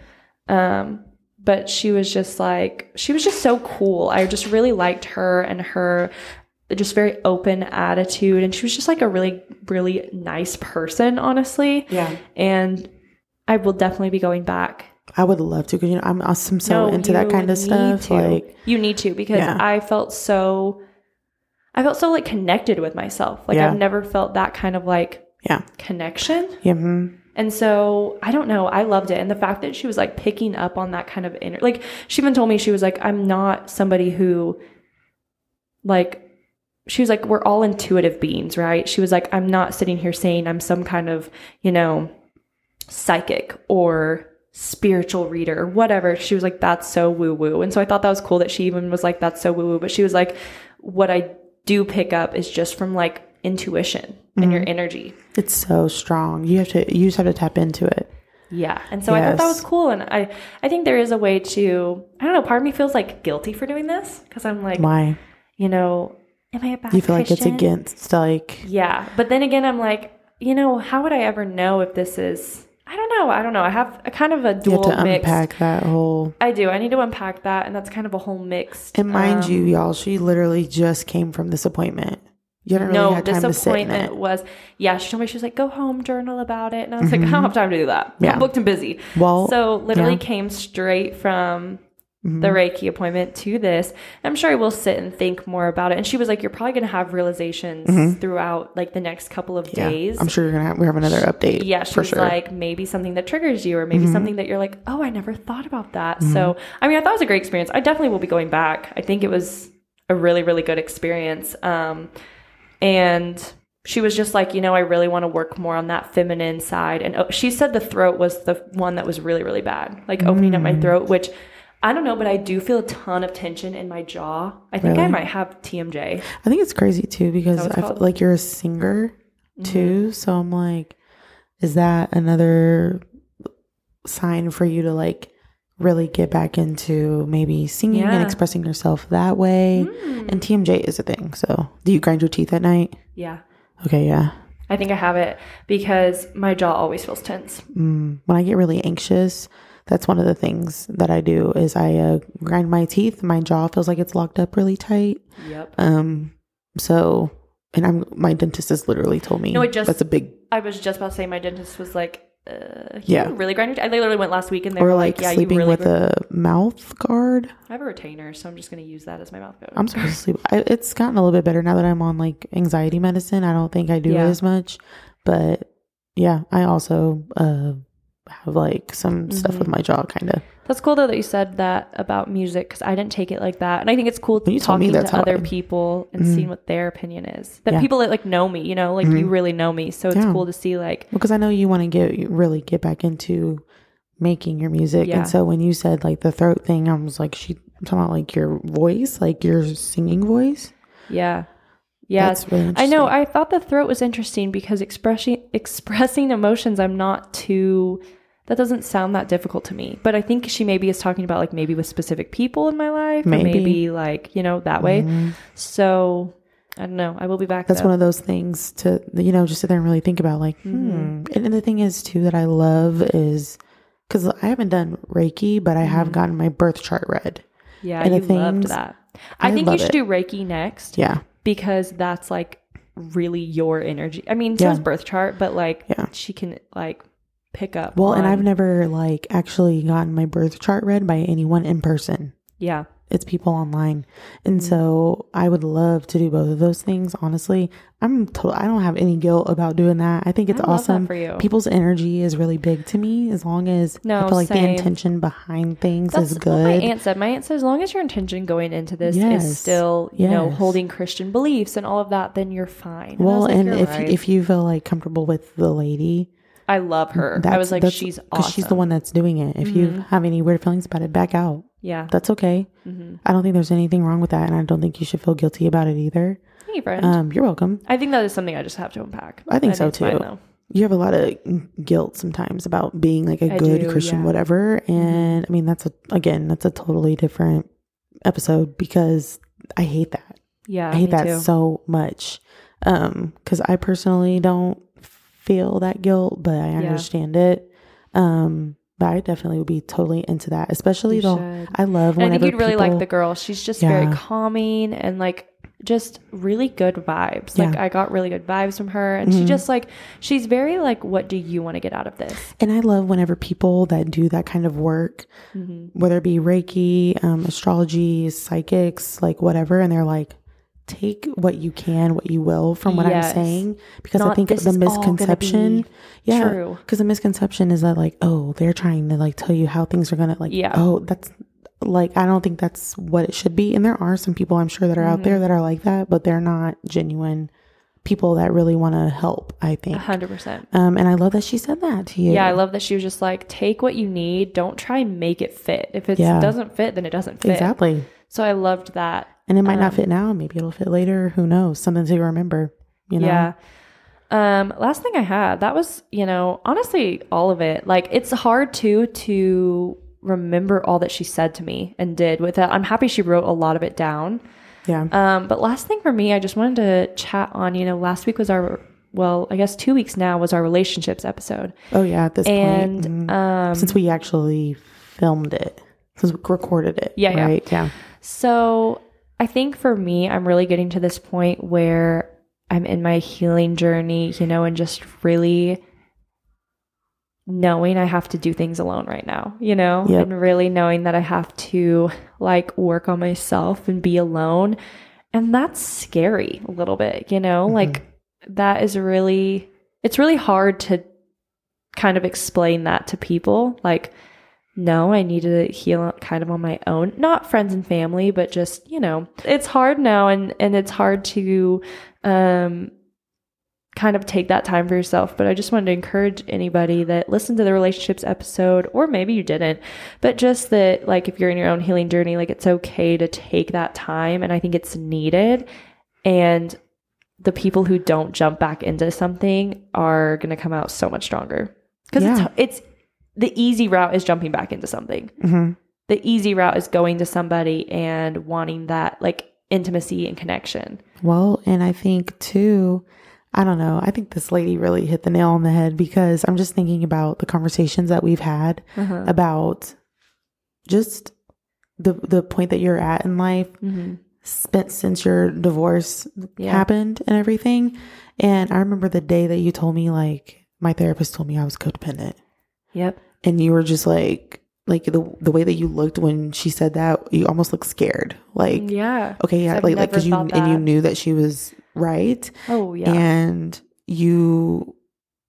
[SPEAKER 1] um but she was just like she was just so cool i just really liked her and her just very open attitude and she was just like a really really nice person honestly
[SPEAKER 2] Yeah,
[SPEAKER 1] and i will definitely be going back
[SPEAKER 2] I would love to because you know I'm, I'm so into that
[SPEAKER 1] you
[SPEAKER 2] kind of
[SPEAKER 1] need
[SPEAKER 2] stuff.
[SPEAKER 1] to.
[SPEAKER 2] Like,
[SPEAKER 1] you need to because
[SPEAKER 2] Yeah.
[SPEAKER 1] I felt so, I felt so like connected with myself. Like
[SPEAKER 2] Yeah.
[SPEAKER 1] I've never felt that kind of like
[SPEAKER 2] yeah,
[SPEAKER 1] connection.
[SPEAKER 2] yeah, mhm.
[SPEAKER 1] And so I don't know. I loved it, and the fact that she was like picking up on that kind of inner, like she even told me she was like, I'm not somebody who, like. She was like, we're all intuitive beings, right? She was like, I'm not sitting here saying I'm some kind of, you know, psychic or spiritual reader or whatever. She was like, that's so woo woo. And so I thought that was cool that she even was like, that's so woo woo. But she was like, what I do pick up is just from like intuition and your energy.
[SPEAKER 2] it's so strong. You have to you just have to tap into it.
[SPEAKER 1] Yeah. And so I thought that
[SPEAKER 2] Yes.
[SPEAKER 1] was cool. And I, I think there is a way to, I don't know, part of me feels like guilty for doing this because I'm like,
[SPEAKER 2] Why
[SPEAKER 1] you know, am I a bad
[SPEAKER 2] you feel like
[SPEAKER 1] Christian?
[SPEAKER 2] it's against like
[SPEAKER 1] Yeah. But then again, I'm like, you know, how would I ever know if this is, I don't know. I don't know. I have a kind of a
[SPEAKER 2] you
[SPEAKER 1] dual
[SPEAKER 2] have to
[SPEAKER 1] mix.
[SPEAKER 2] unpack that whole.
[SPEAKER 1] I do. I need to unpack that, and that's kind of a whole mix.
[SPEAKER 2] And mind
[SPEAKER 1] Um,
[SPEAKER 2] you, y'all, she literally just came from this appointment. You haven't really
[SPEAKER 1] no,
[SPEAKER 2] had time to sit in
[SPEAKER 1] disappointment
[SPEAKER 2] it.
[SPEAKER 1] was yeah. She told me she was like, "Go home, journal about it," and I was like, "I don't have time to do that.
[SPEAKER 2] Mm-hmm. Yeah.
[SPEAKER 1] I'm booked and busy."
[SPEAKER 2] Well,
[SPEAKER 1] so literally
[SPEAKER 2] yeah. Mm-hmm.
[SPEAKER 1] came straight from the Reiki appointment to this. I'm sure I will sit and think more about it. And she was like, "You're probably going to have realizations throughout like the next couple of
[SPEAKER 2] Mm-hmm. Yeah,
[SPEAKER 1] days."
[SPEAKER 2] I'm sure you're gonna have, we have another update.
[SPEAKER 1] yeah, she
[SPEAKER 2] for
[SPEAKER 1] was
[SPEAKER 2] sure. Mm-hmm.
[SPEAKER 1] like maybe something that triggers you, or maybe something that you're like, oh, I never thought about that. So, I mean, I thought it was a great experience. I definitely will be going back. I think it was a really, really good experience. Um, and she was just like, you know, I really want to work more on that feminine
[SPEAKER 2] Mm.
[SPEAKER 1] side. And oh, she said the throat was the one that was really, really bad, like opening up my throat, which I don't know, but I do feel a ton of tension in my jaw. I think I
[SPEAKER 2] Really?
[SPEAKER 1] might have TMJ.
[SPEAKER 2] I think it's crazy too because
[SPEAKER 1] Is that what
[SPEAKER 2] I
[SPEAKER 1] it's
[SPEAKER 2] feel
[SPEAKER 1] called? Mm-hmm.
[SPEAKER 2] like you're a singer too. So I'm like, is that another sign for you to like really get back into maybe singing and
[SPEAKER 1] Yeah.
[SPEAKER 2] expressing yourself that way?
[SPEAKER 1] Mm.
[SPEAKER 2] And TMJ is a thing. So do you grind your teeth at night?
[SPEAKER 1] Yeah.
[SPEAKER 2] Okay, yeah.
[SPEAKER 1] I think I have it because my jaw always feels tense.
[SPEAKER 2] Mm, when I get really anxious, that's one of the things that I do is I uh, grind my teeth. My jaw feels like it's locked up really tight.
[SPEAKER 1] Yep.
[SPEAKER 2] Um, so, and I'm my dentist has literally told me
[SPEAKER 1] No, it just-
[SPEAKER 2] that's a big
[SPEAKER 1] I was just about to say my dentist was like, uh, can
[SPEAKER 2] Yeah.
[SPEAKER 1] you really grind your teeth? I literally went last week and they
[SPEAKER 2] or
[SPEAKER 1] were
[SPEAKER 2] like,
[SPEAKER 1] like, yeah,
[SPEAKER 2] sleeping
[SPEAKER 1] you really
[SPEAKER 2] with
[SPEAKER 1] gr-
[SPEAKER 2] a mouth guard.
[SPEAKER 1] I have a retainer, so I'm just going to use that as my mouth guard.
[SPEAKER 2] I'm supposed to sleep. I, it's gotten a little bit better now that I'm on like anxiety medicine. I don't think I do
[SPEAKER 1] Yeah.
[SPEAKER 2] it as much, but yeah, I also uh, have like some stuff
[SPEAKER 1] Mm-hmm.
[SPEAKER 2] with my jaw, kind of.
[SPEAKER 1] That's cool though that you said that about music because I didn't take it like that, and I think it's cool
[SPEAKER 2] When you told me
[SPEAKER 1] talking
[SPEAKER 2] that's
[SPEAKER 1] to
[SPEAKER 2] how
[SPEAKER 1] other
[SPEAKER 2] I-
[SPEAKER 1] people and
[SPEAKER 2] Mhm.
[SPEAKER 1] seeing what their opinion is. That
[SPEAKER 2] Yeah. Mm-hmm.
[SPEAKER 1] people that like know me, you know, like you really know me, so it's
[SPEAKER 2] Yeah.
[SPEAKER 1] cool to see like
[SPEAKER 2] because I know you want to get you really get back into making your music.
[SPEAKER 1] Yeah.
[SPEAKER 2] And so when you said like the throat thing, I was like, she I'm talking about like your voice, like your singing voice.
[SPEAKER 1] yeah, yeah.
[SPEAKER 2] That's really
[SPEAKER 1] I
[SPEAKER 2] interesting.
[SPEAKER 1] know. I thought the throat was interesting because expressing expressing emotions, I'm not too. That doesn't sound that difficult to me, but I think she maybe is talking about like maybe with specific people in my life,
[SPEAKER 2] Maybe. Mm-hmm.
[SPEAKER 1] or maybe like you know that way. So I don't know. I will be back.
[SPEAKER 2] That's
[SPEAKER 1] though.
[SPEAKER 2] one of those things to you know just sit there and really think about like
[SPEAKER 1] Mm-hmm.
[SPEAKER 2] hmm. And, and the thing is too that I love is because I haven't done Reiki, but I
[SPEAKER 1] Mm-hmm.
[SPEAKER 2] have gotten my birth chart read.
[SPEAKER 1] Yeah,
[SPEAKER 2] and the
[SPEAKER 1] you loved
[SPEAKER 2] things-
[SPEAKER 1] that. I,
[SPEAKER 2] I
[SPEAKER 1] think you
[SPEAKER 2] love
[SPEAKER 1] should
[SPEAKER 2] it.
[SPEAKER 1] do Reiki next
[SPEAKER 2] Yeah,
[SPEAKER 1] because that's like really your energy. I mean,
[SPEAKER 2] Yeah.
[SPEAKER 1] so's birth chart, but like
[SPEAKER 2] Yeah.
[SPEAKER 1] she can like pick up.
[SPEAKER 2] well, and
[SPEAKER 1] on-
[SPEAKER 2] I've never like actually gotten my birth chart read by anyone in person.
[SPEAKER 1] yeah,
[SPEAKER 2] it's people online.
[SPEAKER 1] Mm-hmm.
[SPEAKER 2] And so I would love to do both of those things. Honestly, I'm total, I don't have any guilt about doing that. I think it's
[SPEAKER 1] I love that
[SPEAKER 2] awesome.
[SPEAKER 1] for you.
[SPEAKER 2] People's energy is really big to me as long as
[SPEAKER 1] No,
[SPEAKER 2] I feel like the
[SPEAKER 1] same.
[SPEAKER 2] intention behind things
[SPEAKER 1] that's
[SPEAKER 2] is
[SPEAKER 1] what my
[SPEAKER 2] good.
[SPEAKER 1] aunt said. My aunt said, as long as your intention going into this
[SPEAKER 2] Yes.
[SPEAKER 1] is still, you know,
[SPEAKER 2] Yes.
[SPEAKER 1] holding Christian beliefs and all of that, then you're fine. And I
[SPEAKER 2] well,
[SPEAKER 1] was like,
[SPEAKER 2] and
[SPEAKER 1] "You're
[SPEAKER 2] if
[SPEAKER 1] right."
[SPEAKER 2] if you feel like comfortable with the lady,
[SPEAKER 1] I love her, I was like,
[SPEAKER 2] that's-
[SPEAKER 1] she's
[SPEAKER 2] 'cause
[SPEAKER 1] awesome. Mm-hmm.
[SPEAKER 2] she's the one that's doing it. If you have any weird feelings about it, back out.
[SPEAKER 1] Yeah,
[SPEAKER 2] That's okay.
[SPEAKER 1] Mm-hmm.
[SPEAKER 2] I don't think there's anything wrong with that, and I don't think you should feel guilty about it either.
[SPEAKER 1] hey friend.
[SPEAKER 2] Um, you're welcome.
[SPEAKER 1] I think that is something I just have to unpack.
[SPEAKER 2] I think so,
[SPEAKER 1] it's fine,
[SPEAKER 2] too.
[SPEAKER 1] though.
[SPEAKER 2] you have a lot of guilt sometimes about being like a
[SPEAKER 1] I
[SPEAKER 2] good
[SPEAKER 1] do,
[SPEAKER 2] Christian,
[SPEAKER 1] yeah. Mm-hmm.
[SPEAKER 2] whatever. And I mean, that's a, again, that's a totally different episode because I hate that.
[SPEAKER 1] Yeah,
[SPEAKER 2] I hate
[SPEAKER 1] me
[SPEAKER 2] that
[SPEAKER 1] too.
[SPEAKER 2] so much. Um, cause I personally don't feel that guilt, but I understand it. Um, but I definitely would be totally into that, especially
[SPEAKER 1] You
[SPEAKER 2] though.
[SPEAKER 1] should.
[SPEAKER 2] I love
[SPEAKER 1] And I
[SPEAKER 2] whenever
[SPEAKER 1] think you'd really like
[SPEAKER 2] people-
[SPEAKER 1] the girl. She's just
[SPEAKER 2] Yeah.
[SPEAKER 1] very calming and like just really good vibes. Like
[SPEAKER 2] Yeah. Mm-hmm.
[SPEAKER 1] I got really good vibes from her and she just like she's very like what do you want to get out of this?
[SPEAKER 2] And I love whenever people that do that kind of work,
[SPEAKER 1] Mm-hmm.
[SPEAKER 2] whether it be Reiki, um, astrology, psychics, like whatever, and they're like, take what you can, what you will from what
[SPEAKER 1] Yes.
[SPEAKER 2] I'm saying, because I
[SPEAKER 1] Not,
[SPEAKER 2] think
[SPEAKER 1] "This
[SPEAKER 2] the
[SPEAKER 1] is all gonna
[SPEAKER 2] misconception,
[SPEAKER 1] be
[SPEAKER 2] yeah,
[SPEAKER 1] true.
[SPEAKER 2] because the misconception is that like, oh, they're trying to like tell you how things are gonna like,
[SPEAKER 1] Yeah.
[SPEAKER 2] oh, that's like I don't think that's what it should be. And there are some people I'm sure that are out
[SPEAKER 1] Mm-hmm.
[SPEAKER 2] there that are like that, but they're not genuine people that really want to help. I think.
[SPEAKER 1] 100%.
[SPEAKER 2] Um, and I love that she said that to you.
[SPEAKER 1] Yeah, I love that she was just like take what you need, don't try and make it fit. If it
[SPEAKER 2] Yeah.
[SPEAKER 1] doesn't fit, then it Um, doesn't fit.
[SPEAKER 2] Exactly.
[SPEAKER 1] So I loved that.
[SPEAKER 2] And it might not fit now. Maybe it'll fit later. Who knows? Something to remember. You know.
[SPEAKER 1] Yeah. Um, last thing I had, that was, you know, honestly, all of it. Like it's hard too to remember all that she said to me and did with that. I'm happy she wrote a lot of it down.
[SPEAKER 2] Yeah.
[SPEAKER 1] Um, but last thing for me, I just wanted to chat on, you know, last week was our well, I guess two weeks now was our relationships episode.
[SPEAKER 2] oh yeah. At this
[SPEAKER 1] And
[SPEAKER 2] point, mhm.
[SPEAKER 1] um
[SPEAKER 2] since we actually filmed it, since we recorded it.
[SPEAKER 1] Yeah, yeah.
[SPEAKER 2] Right. Yeah.
[SPEAKER 1] So I think for me, I'm really getting to this point where I'm in my healing journey, you know, and just really knowing I have to do things alone right now, you know,
[SPEAKER 2] Yep.
[SPEAKER 1] and really knowing that I have to like work on myself and be alone. And that's scary a little bit, you know, like that is really, it's really hard to kind of explain that to people. Like, no, I need to heal kind of on my own. Not friends and family, but just, you know, it's hard now and and it's hard to um kind of take that time for yourself. But I just wanted to encourage anybody that listened to the relationships episode, or maybe you didn't, but just that, like, if you're in your own healing journey, like, it's okay to take that time. And I think it's needed. And the people who don't jump back into something are going to come out so much stronger. Because
[SPEAKER 2] Yeah.
[SPEAKER 1] it's, it's the easy route is jumping back into something.
[SPEAKER 2] Mhm.
[SPEAKER 1] The easy route is going to somebody and wanting that, like, intimacy and connection.
[SPEAKER 2] Well, and I think too, I don't know, I think this lady really hit the nail on the head because I'm just thinking about the conversations that we've had about just the the point that you're at in life
[SPEAKER 1] Mhm.
[SPEAKER 2] spent since your divorce
[SPEAKER 1] Yeah.
[SPEAKER 2] happened and everything. And I remember the day that you told me like my therapist told me I was codependent.
[SPEAKER 1] Yep.
[SPEAKER 2] And you were just like like the the way that you looked when she said that, you almost looked scared. Like
[SPEAKER 1] Yeah.
[SPEAKER 2] okay, yeah,
[SPEAKER 1] I've
[SPEAKER 2] like like
[SPEAKER 1] never
[SPEAKER 2] cuz you
[SPEAKER 1] thought
[SPEAKER 2] and you
[SPEAKER 1] that.
[SPEAKER 2] knew that she was right
[SPEAKER 1] Oh, yeah.
[SPEAKER 2] and you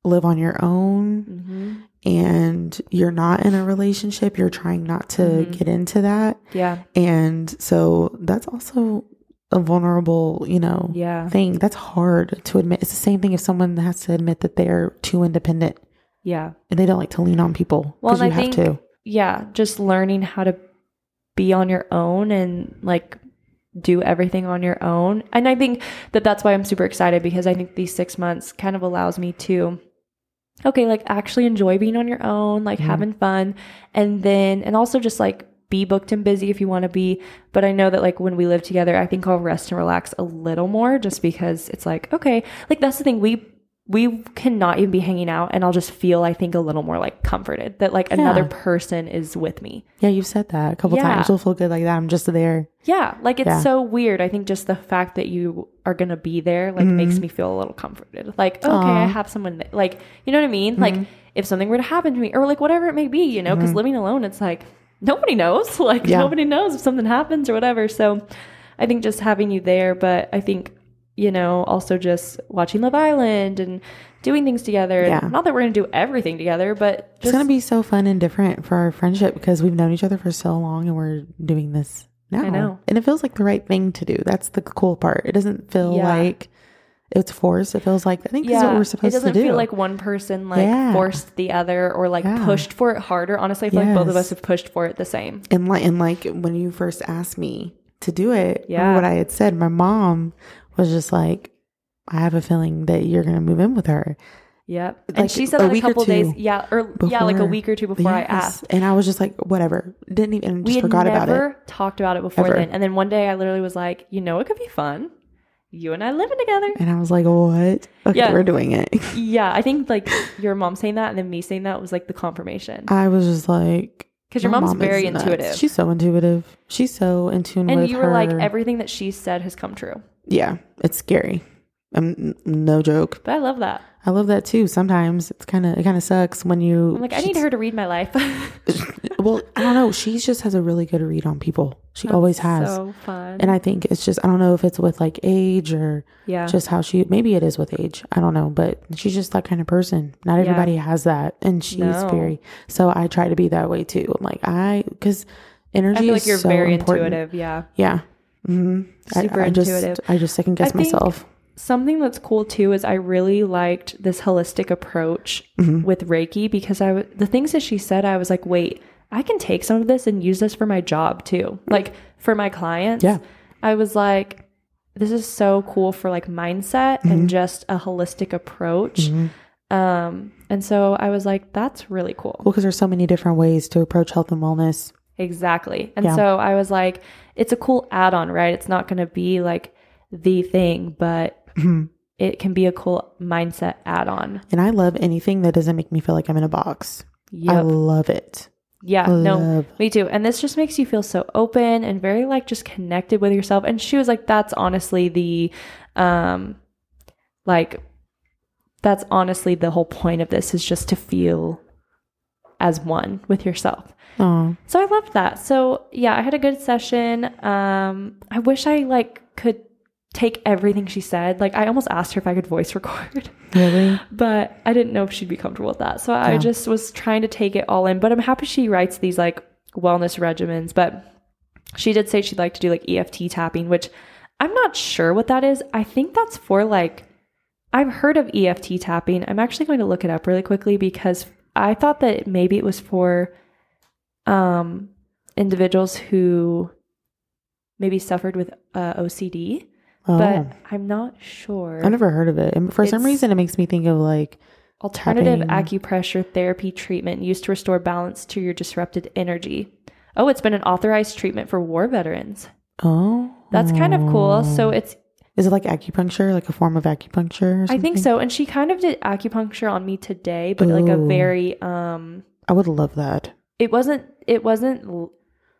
[SPEAKER 2] live on your own
[SPEAKER 1] hmm
[SPEAKER 2] and you're not in a relationship you're trying not to
[SPEAKER 1] Mhm.
[SPEAKER 2] get into that
[SPEAKER 1] Yeah.
[SPEAKER 2] and so that's also a vulnerable you know
[SPEAKER 1] Yeah.
[SPEAKER 2] thing that's hard to admit it's the same thing if someone has to admit that they're too independent
[SPEAKER 1] Yeah.
[SPEAKER 2] and they don't like to lean on people
[SPEAKER 1] Well,
[SPEAKER 2] because
[SPEAKER 1] and
[SPEAKER 2] you
[SPEAKER 1] I
[SPEAKER 2] have
[SPEAKER 1] think-
[SPEAKER 2] to
[SPEAKER 1] Yeah. Just learning how to be on your own and like do everything on your own. And I think that that's why I'm super excited because I think these six months kind of allows me to, okay, like actually enjoy being on your own, like
[SPEAKER 2] Mhm.
[SPEAKER 1] having fun. And then, and also just like, be booked and busy if you want to be. But I know that, like, when we live together, I think I'll rest and relax a little more just because it's like, okay, like, that's the thing. We, we cannot even be hanging out and I'll just feel, I think, a little more like comforted that like another
[SPEAKER 2] Yeah.
[SPEAKER 1] person is with me.
[SPEAKER 2] yeah you've said that a couple
[SPEAKER 1] Yeah.
[SPEAKER 2] times you'll feel good like that i'm just there
[SPEAKER 1] Yeah, like it's
[SPEAKER 2] Yeah.
[SPEAKER 1] so weird. I think just the fact that you are gonna be there like makes me feel a little comforted. Like, okay, I
[SPEAKER 2] Mm-hmm. Aw. Mm-hmm.
[SPEAKER 1] have someone. That, like, you know what I mean? Like, if something were to happen to me, or like whatever it may be, you know, because living alone, it's like nobody knows. Like,
[SPEAKER 2] Yeah.
[SPEAKER 1] nobody knows if something happens or whatever. So, I think just having you there, but I think you know also just watching Love Island and doing things together.
[SPEAKER 2] Yeah.
[SPEAKER 1] Not that we're gonna do everything together, but
[SPEAKER 2] it's
[SPEAKER 1] just
[SPEAKER 2] gonna be so fun and different for our friendship because we've known each other for so long and we're doing this now.
[SPEAKER 1] know.
[SPEAKER 2] and it feels like the right thing to do. That's the cool part. It doesn't feel
[SPEAKER 1] Yeah.
[SPEAKER 2] like it's forced. It feels like I think this is what we're supposed
[SPEAKER 1] it doesn't
[SPEAKER 2] to do.
[SPEAKER 1] feel like one person like
[SPEAKER 2] Yeah.
[SPEAKER 1] forced the other or like
[SPEAKER 2] Yeah.
[SPEAKER 1] pushed for it harder. Honestly, I feel like both of
[SPEAKER 2] Yes.
[SPEAKER 1] us have pushed for it the same.
[SPEAKER 2] and like and like when you first asked me to do it,
[SPEAKER 1] Yeah.
[SPEAKER 2] yeah. what I had said, my mom was just like, "I have a feeling that you're gonna move in with her."
[SPEAKER 1] Yep. and
[SPEAKER 2] Like,
[SPEAKER 1] she said
[SPEAKER 2] a
[SPEAKER 1] that a
[SPEAKER 2] week or
[SPEAKER 1] couple days.
[SPEAKER 2] two
[SPEAKER 1] Yeah, or yeah, like a
[SPEAKER 2] before.
[SPEAKER 1] week or two before I
[SPEAKER 2] Yes.
[SPEAKER 1] asked.
[SPEAKER 2] and I was just like, "Whatever." Didn't even and
[SPEAKER 1] We
[SPEAKER 2] just
[SPEAKER 1] had
[SPEAKER 2] forgot about
[SPEAKER 1] never
[SPEAKER 2] it.
[SPEAKER 1] talked about it before
[SPEAKER 2] Ever.
[SPEAKER 1] then. And then one day I literally was like, you know, it could be fun. You and I living together.
[SPEAKER 2] And I was like, "What? Okay,
[SPEAKER 1] Yeah.
[SPEAKER 2] we're doing it."
[SPEAKER 1] yeah, I think like your mom saying that and then me saying that was like the confirmation.
[SPEAKER 2] I was just like,
[SPEAKER 1] Because your
[SPEAKER 2] My
[SPEAKER 1] mom's
[SPEAKER 2] mom is
[SPEAKER 1] very
[SPEAKER 2] nuts.
[SPEAKER 1] intuitive.
[SPEAKER 2] She's so intuitive. She's so in tune
[SPEAKER 1] and
[SPEAKER 2] with
[SPEAKER 1] you were like,
[SPEAKER 2] her-
[SPEAKER 1] everything that she said has come true.
[SPEAKER 2] yeah, it's scary. Um, n- no joke.
[SPEAKER 1] But I love that.
[SPEAKER 2] I love that too. Sometimes it's kind of it kind of sucks when you.
[SPEAKER 1] I'm like, I need her to read my life.
[SPEAKER 2] Well, I don't know. She just has a really good read on people. She always has,
[SPEAKER 1] So fun.
[SPEAKER 2] and I think it's just I don't know if it's with like age or
[SPEAKER 1] yeah.
[SPEAKER 2] just how she. Maybe it is with age. I don't know, but she's just that kind of person. Not everybody has that, and she's
[SPEAKER 1] No.
[SPEAKER 2] very. So I try to be that way too. I'm like I because energy
[SPEAKER 1] I feel
[SPEAKER 2] is
[SPEAKER 1] like you're
[SPEAKER 2] so
[SPEAKER 1] very
[SPEAKER 2] important.
[SPEAKER 1] intuitive. Yeah.
[SPEAKER 2] Yeah. hmm
[SPEAKER 1] Super
[SPEAKER 2] I, I just,
[SPEAKER 1] intuitive.
[SPEAKER 2] I just second
[SPEAKER 1] I
[SPEAKER 2] guess
[SPEAKER 1] think-
[SPEAKER 2] myself.
[SPEAKER 1] Something that's cool too is I really liked this holistic approach
[SPEAKER 2] Mm-hmm.
[SPEAKER 1] with Reiki because I w- the things that she said I was like, wait, I can take some of this and use this for my job too, like for my clients.
[SPEAKER 2] Mm. Yeah.
[SPEAKER 1] I was like, this is so cool for like mindset and
[SPEAKER 2] Mm-hmm.
[SPEAKER 1] just a holistic approach. Um, and so I was like, that's really cool.
[SPEAKER 2] Well, because there's so many different ways to approach health and wellness.
[SPEAKER 1] Exactly. And
[SPEAKER 2] Yeah.
[SPEAKER 1] so I was like, it's a cool add on, right? It's not going to be like the thing, but it can be a cool mindset add on.
[SPEAKER 2] And Mm-hmm. I love anything that doesn't make me feel like I'm in a box. I
[SPEAKER 1] Yeah.
[SPEAKER 2] love it.
[SPEAKER 1] Yeah.
[SPEAKER 2] I
[SPEAKER 1] Uh, No,
[SPEAKER 2] love-
[SPEAKER 1] me too. And this just makes you feel so open and very like just connected with yourself. And she was like, that's honestly the, um, like, that's honestly the whole point of this is just to feel as one with yourself.
[SPEAKER 2] Aw.
[SPEAKER 1] So I loved that. So yeah, I had a good session. Um, I wish I like could take everything she said. Like I almost asked her if I could voice record,
[SPEAKER 2] really?
[SPEAKER 1] but I didn't know if she'd be comfortable with that. So I
[SPEAKER 2] Yeah.
[SPEAKER 1] just was trying to take it all in. But I'm happy she writes these like wellness regimens. But she did say she'd like E to do like EFT tapping, which I'm not sure what that is. I think that's for like I've heard of EFT tapping. I'm actually going to look it up really quickly because I thought that maybe it was for um, individuals who maybe suffered with uh, OCD,
[SPEAKER 2] Oh,
[SPEAKER 1] but I'm not sure.
[SPEAKER 2] I've never heard of it. And for some
[SPEAKER 1] It's-
[SPEAKER 2] reason, it makes me think of like
[SPEAKER 1] Alternative
[SPEAKER 2] Tapping.
[SPEAKER 1] acupressure therapy treatment used to restore balance to your disrupted energy. Oh, it's been an authorized treatment for war veterans.
[SPEAKER 2] oh,
[SPEAKER 1] That's kind of cool. So it's
[SPEAKER 2] is it like acupuncture, like a form of acupuncture? Or
[SPEAKER 1] I
[SPEAKER 2] something?
[SPEAKER 1] think so. And she kind of did acupuncture on me today, but like a
[SPEAKER 2] Ooh.
[SPEAKER 1] very um
[SPEAKER 2] I would love that.
[SPEAKER 1] it wasn't it wasn't l-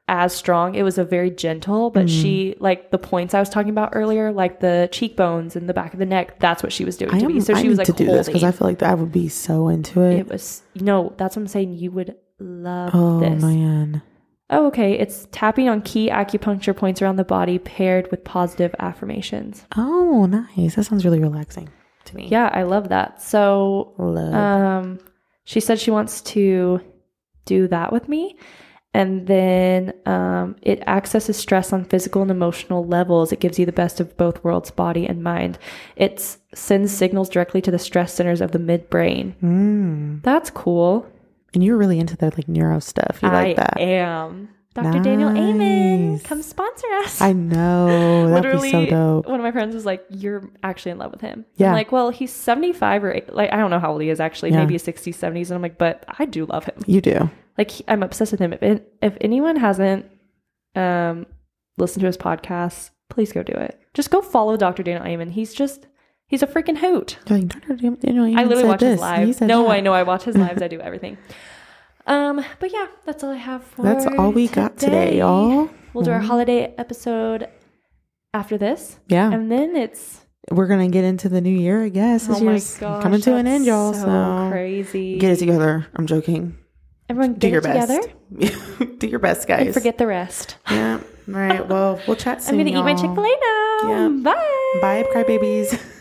[SPEAKER 1] as strong. It was a very gentle, but she
[SPEAKER 2] Mm.
[SPEAKER 1] like the points I was talking about earlier, like the cheekbones and the back of the neck, that's what she was doing
[SPEAKER 2] I
[SPEAKER 1] to me.
[SPEAKER 2] am.
[SPEAKER 1] So
[SPEAKER 2] I
[SPEAKER 1] she was
[SPEAKER 2] need
[SPEAKER 1] like
[SPEAKER 2] to do this because
[SPEAKER 1] holding.
[SPEAKER 2] I feel like I would be so into it.
[SPEAKER 1] it was no, that's what I'm saying. You would love
[SPEAKER 2] oh
[SPEAKER 1] this.
[SPEAKER 2] man,
[SPEAKER 1] Oh, okay. It's tapping on key acupuncture points around the body paired with positive affirmations.
[SPEAKER 2] oh nice. That sounds really relaxing to me.
[SPEAKER 1] Yeah, I love that. So,
[SPEAKER 2] love.
[SPEAKER 1] um, she said she wants to do that with me. And then um, it accesses stress on physical and emotional levels. It gives you the best of both worlds, body and mind. It s- sends signals directly to the stress centers of the midbrain.
[SPEAKER 2] Mm.
[SPEAKER 1] That's cool.
[SPEAKER 2] And you're really into that like neuro stuff. You
[SPEAKER 1] I
[SPEAKER 2] like that?
[SPEAKER 1] am. Dr. Daniel Amen,
[SPEAKER 2] Nice.
[SPEAKER 1] come sponsor us.
[SPEAKER 2] I know. That'd be so dope.
[SPEAKER 1] One of my friends was like, "You're actually in love with him."
[SPEAKER 2] Yeah.
[SPEAKER 1] I'm like, well, he's 75 or eight- like I don't know how old he is actually,
[SPEAKER 2] Yeah.
[SPEAKER 1] maybe 60s, 70s, and I'm like, but I do love him.
[SPEAKER 2] You do.
[SPEAKER 1] Like he- I'm obsessed with him. If an- if anyone hasn't um listened to his podcast, please go do it. Just go follow Dr. Daniel Amen. He's just he's a freaking hoot.
[SPEAKER 2] You're like, "Dr. Dam- you know, you
[SPEAKER 1] I literally
[SPEAKER 2] said
[SPEAKER 1] watch
[SPEAKER 2] this,
[SPEAKER 1] his
[SPEAKER 2] and you
[SPEAKER 1] lives.
[SPEAKER 2] said
[SPEAKER 1] No,
[SPEAKER 2] that."
[SPEAKER 1] I know I watch his lives. I do everything. Um, but yeah, that's all I have for
[SPEAKER 2] That's all we got today, y'all.
[SPEAKER 1] We'll do our
[SPEAKER 2] Mhm.
[SPEAKER 1] holiday episode after this.
[SPEAKER 2] Yeah,
[SPEAKER 1] And then it's oh
[SPEAKER 2] we're gonna get into the new year, I guess. Oh. This year's coming to an
[SPEAKER 1] that's
[SPEAKER 2] end, y'all.
[SPEAKER 1] So,
[SPEAKER 2] So,
[SPEAKER 1] crazy.
[SPEAKER 2] get it together. I'm joking.
[SPEAKER 1] Everyone,
[SPEAKER 2] Do
[SPEAKER 1] get
[SPEAKER 2] your
[SPEAKER 1] it together
[SPEAKER 2] best. do your best, guys.
[SPEAKER 1] and forget the rest.
[SPEAKER 2] Yeah. All right. Well, we'll chat soon.
[SPEAKER 1] I'm gonna eat my
[SPEAKER 2] y'all.
[SPEAKER 1] Chick Fil A now.
[SPEAKER 2] Yeah.
[SPEAKER 1] Bye.
[SPEAKER 2] Bye, crybabies.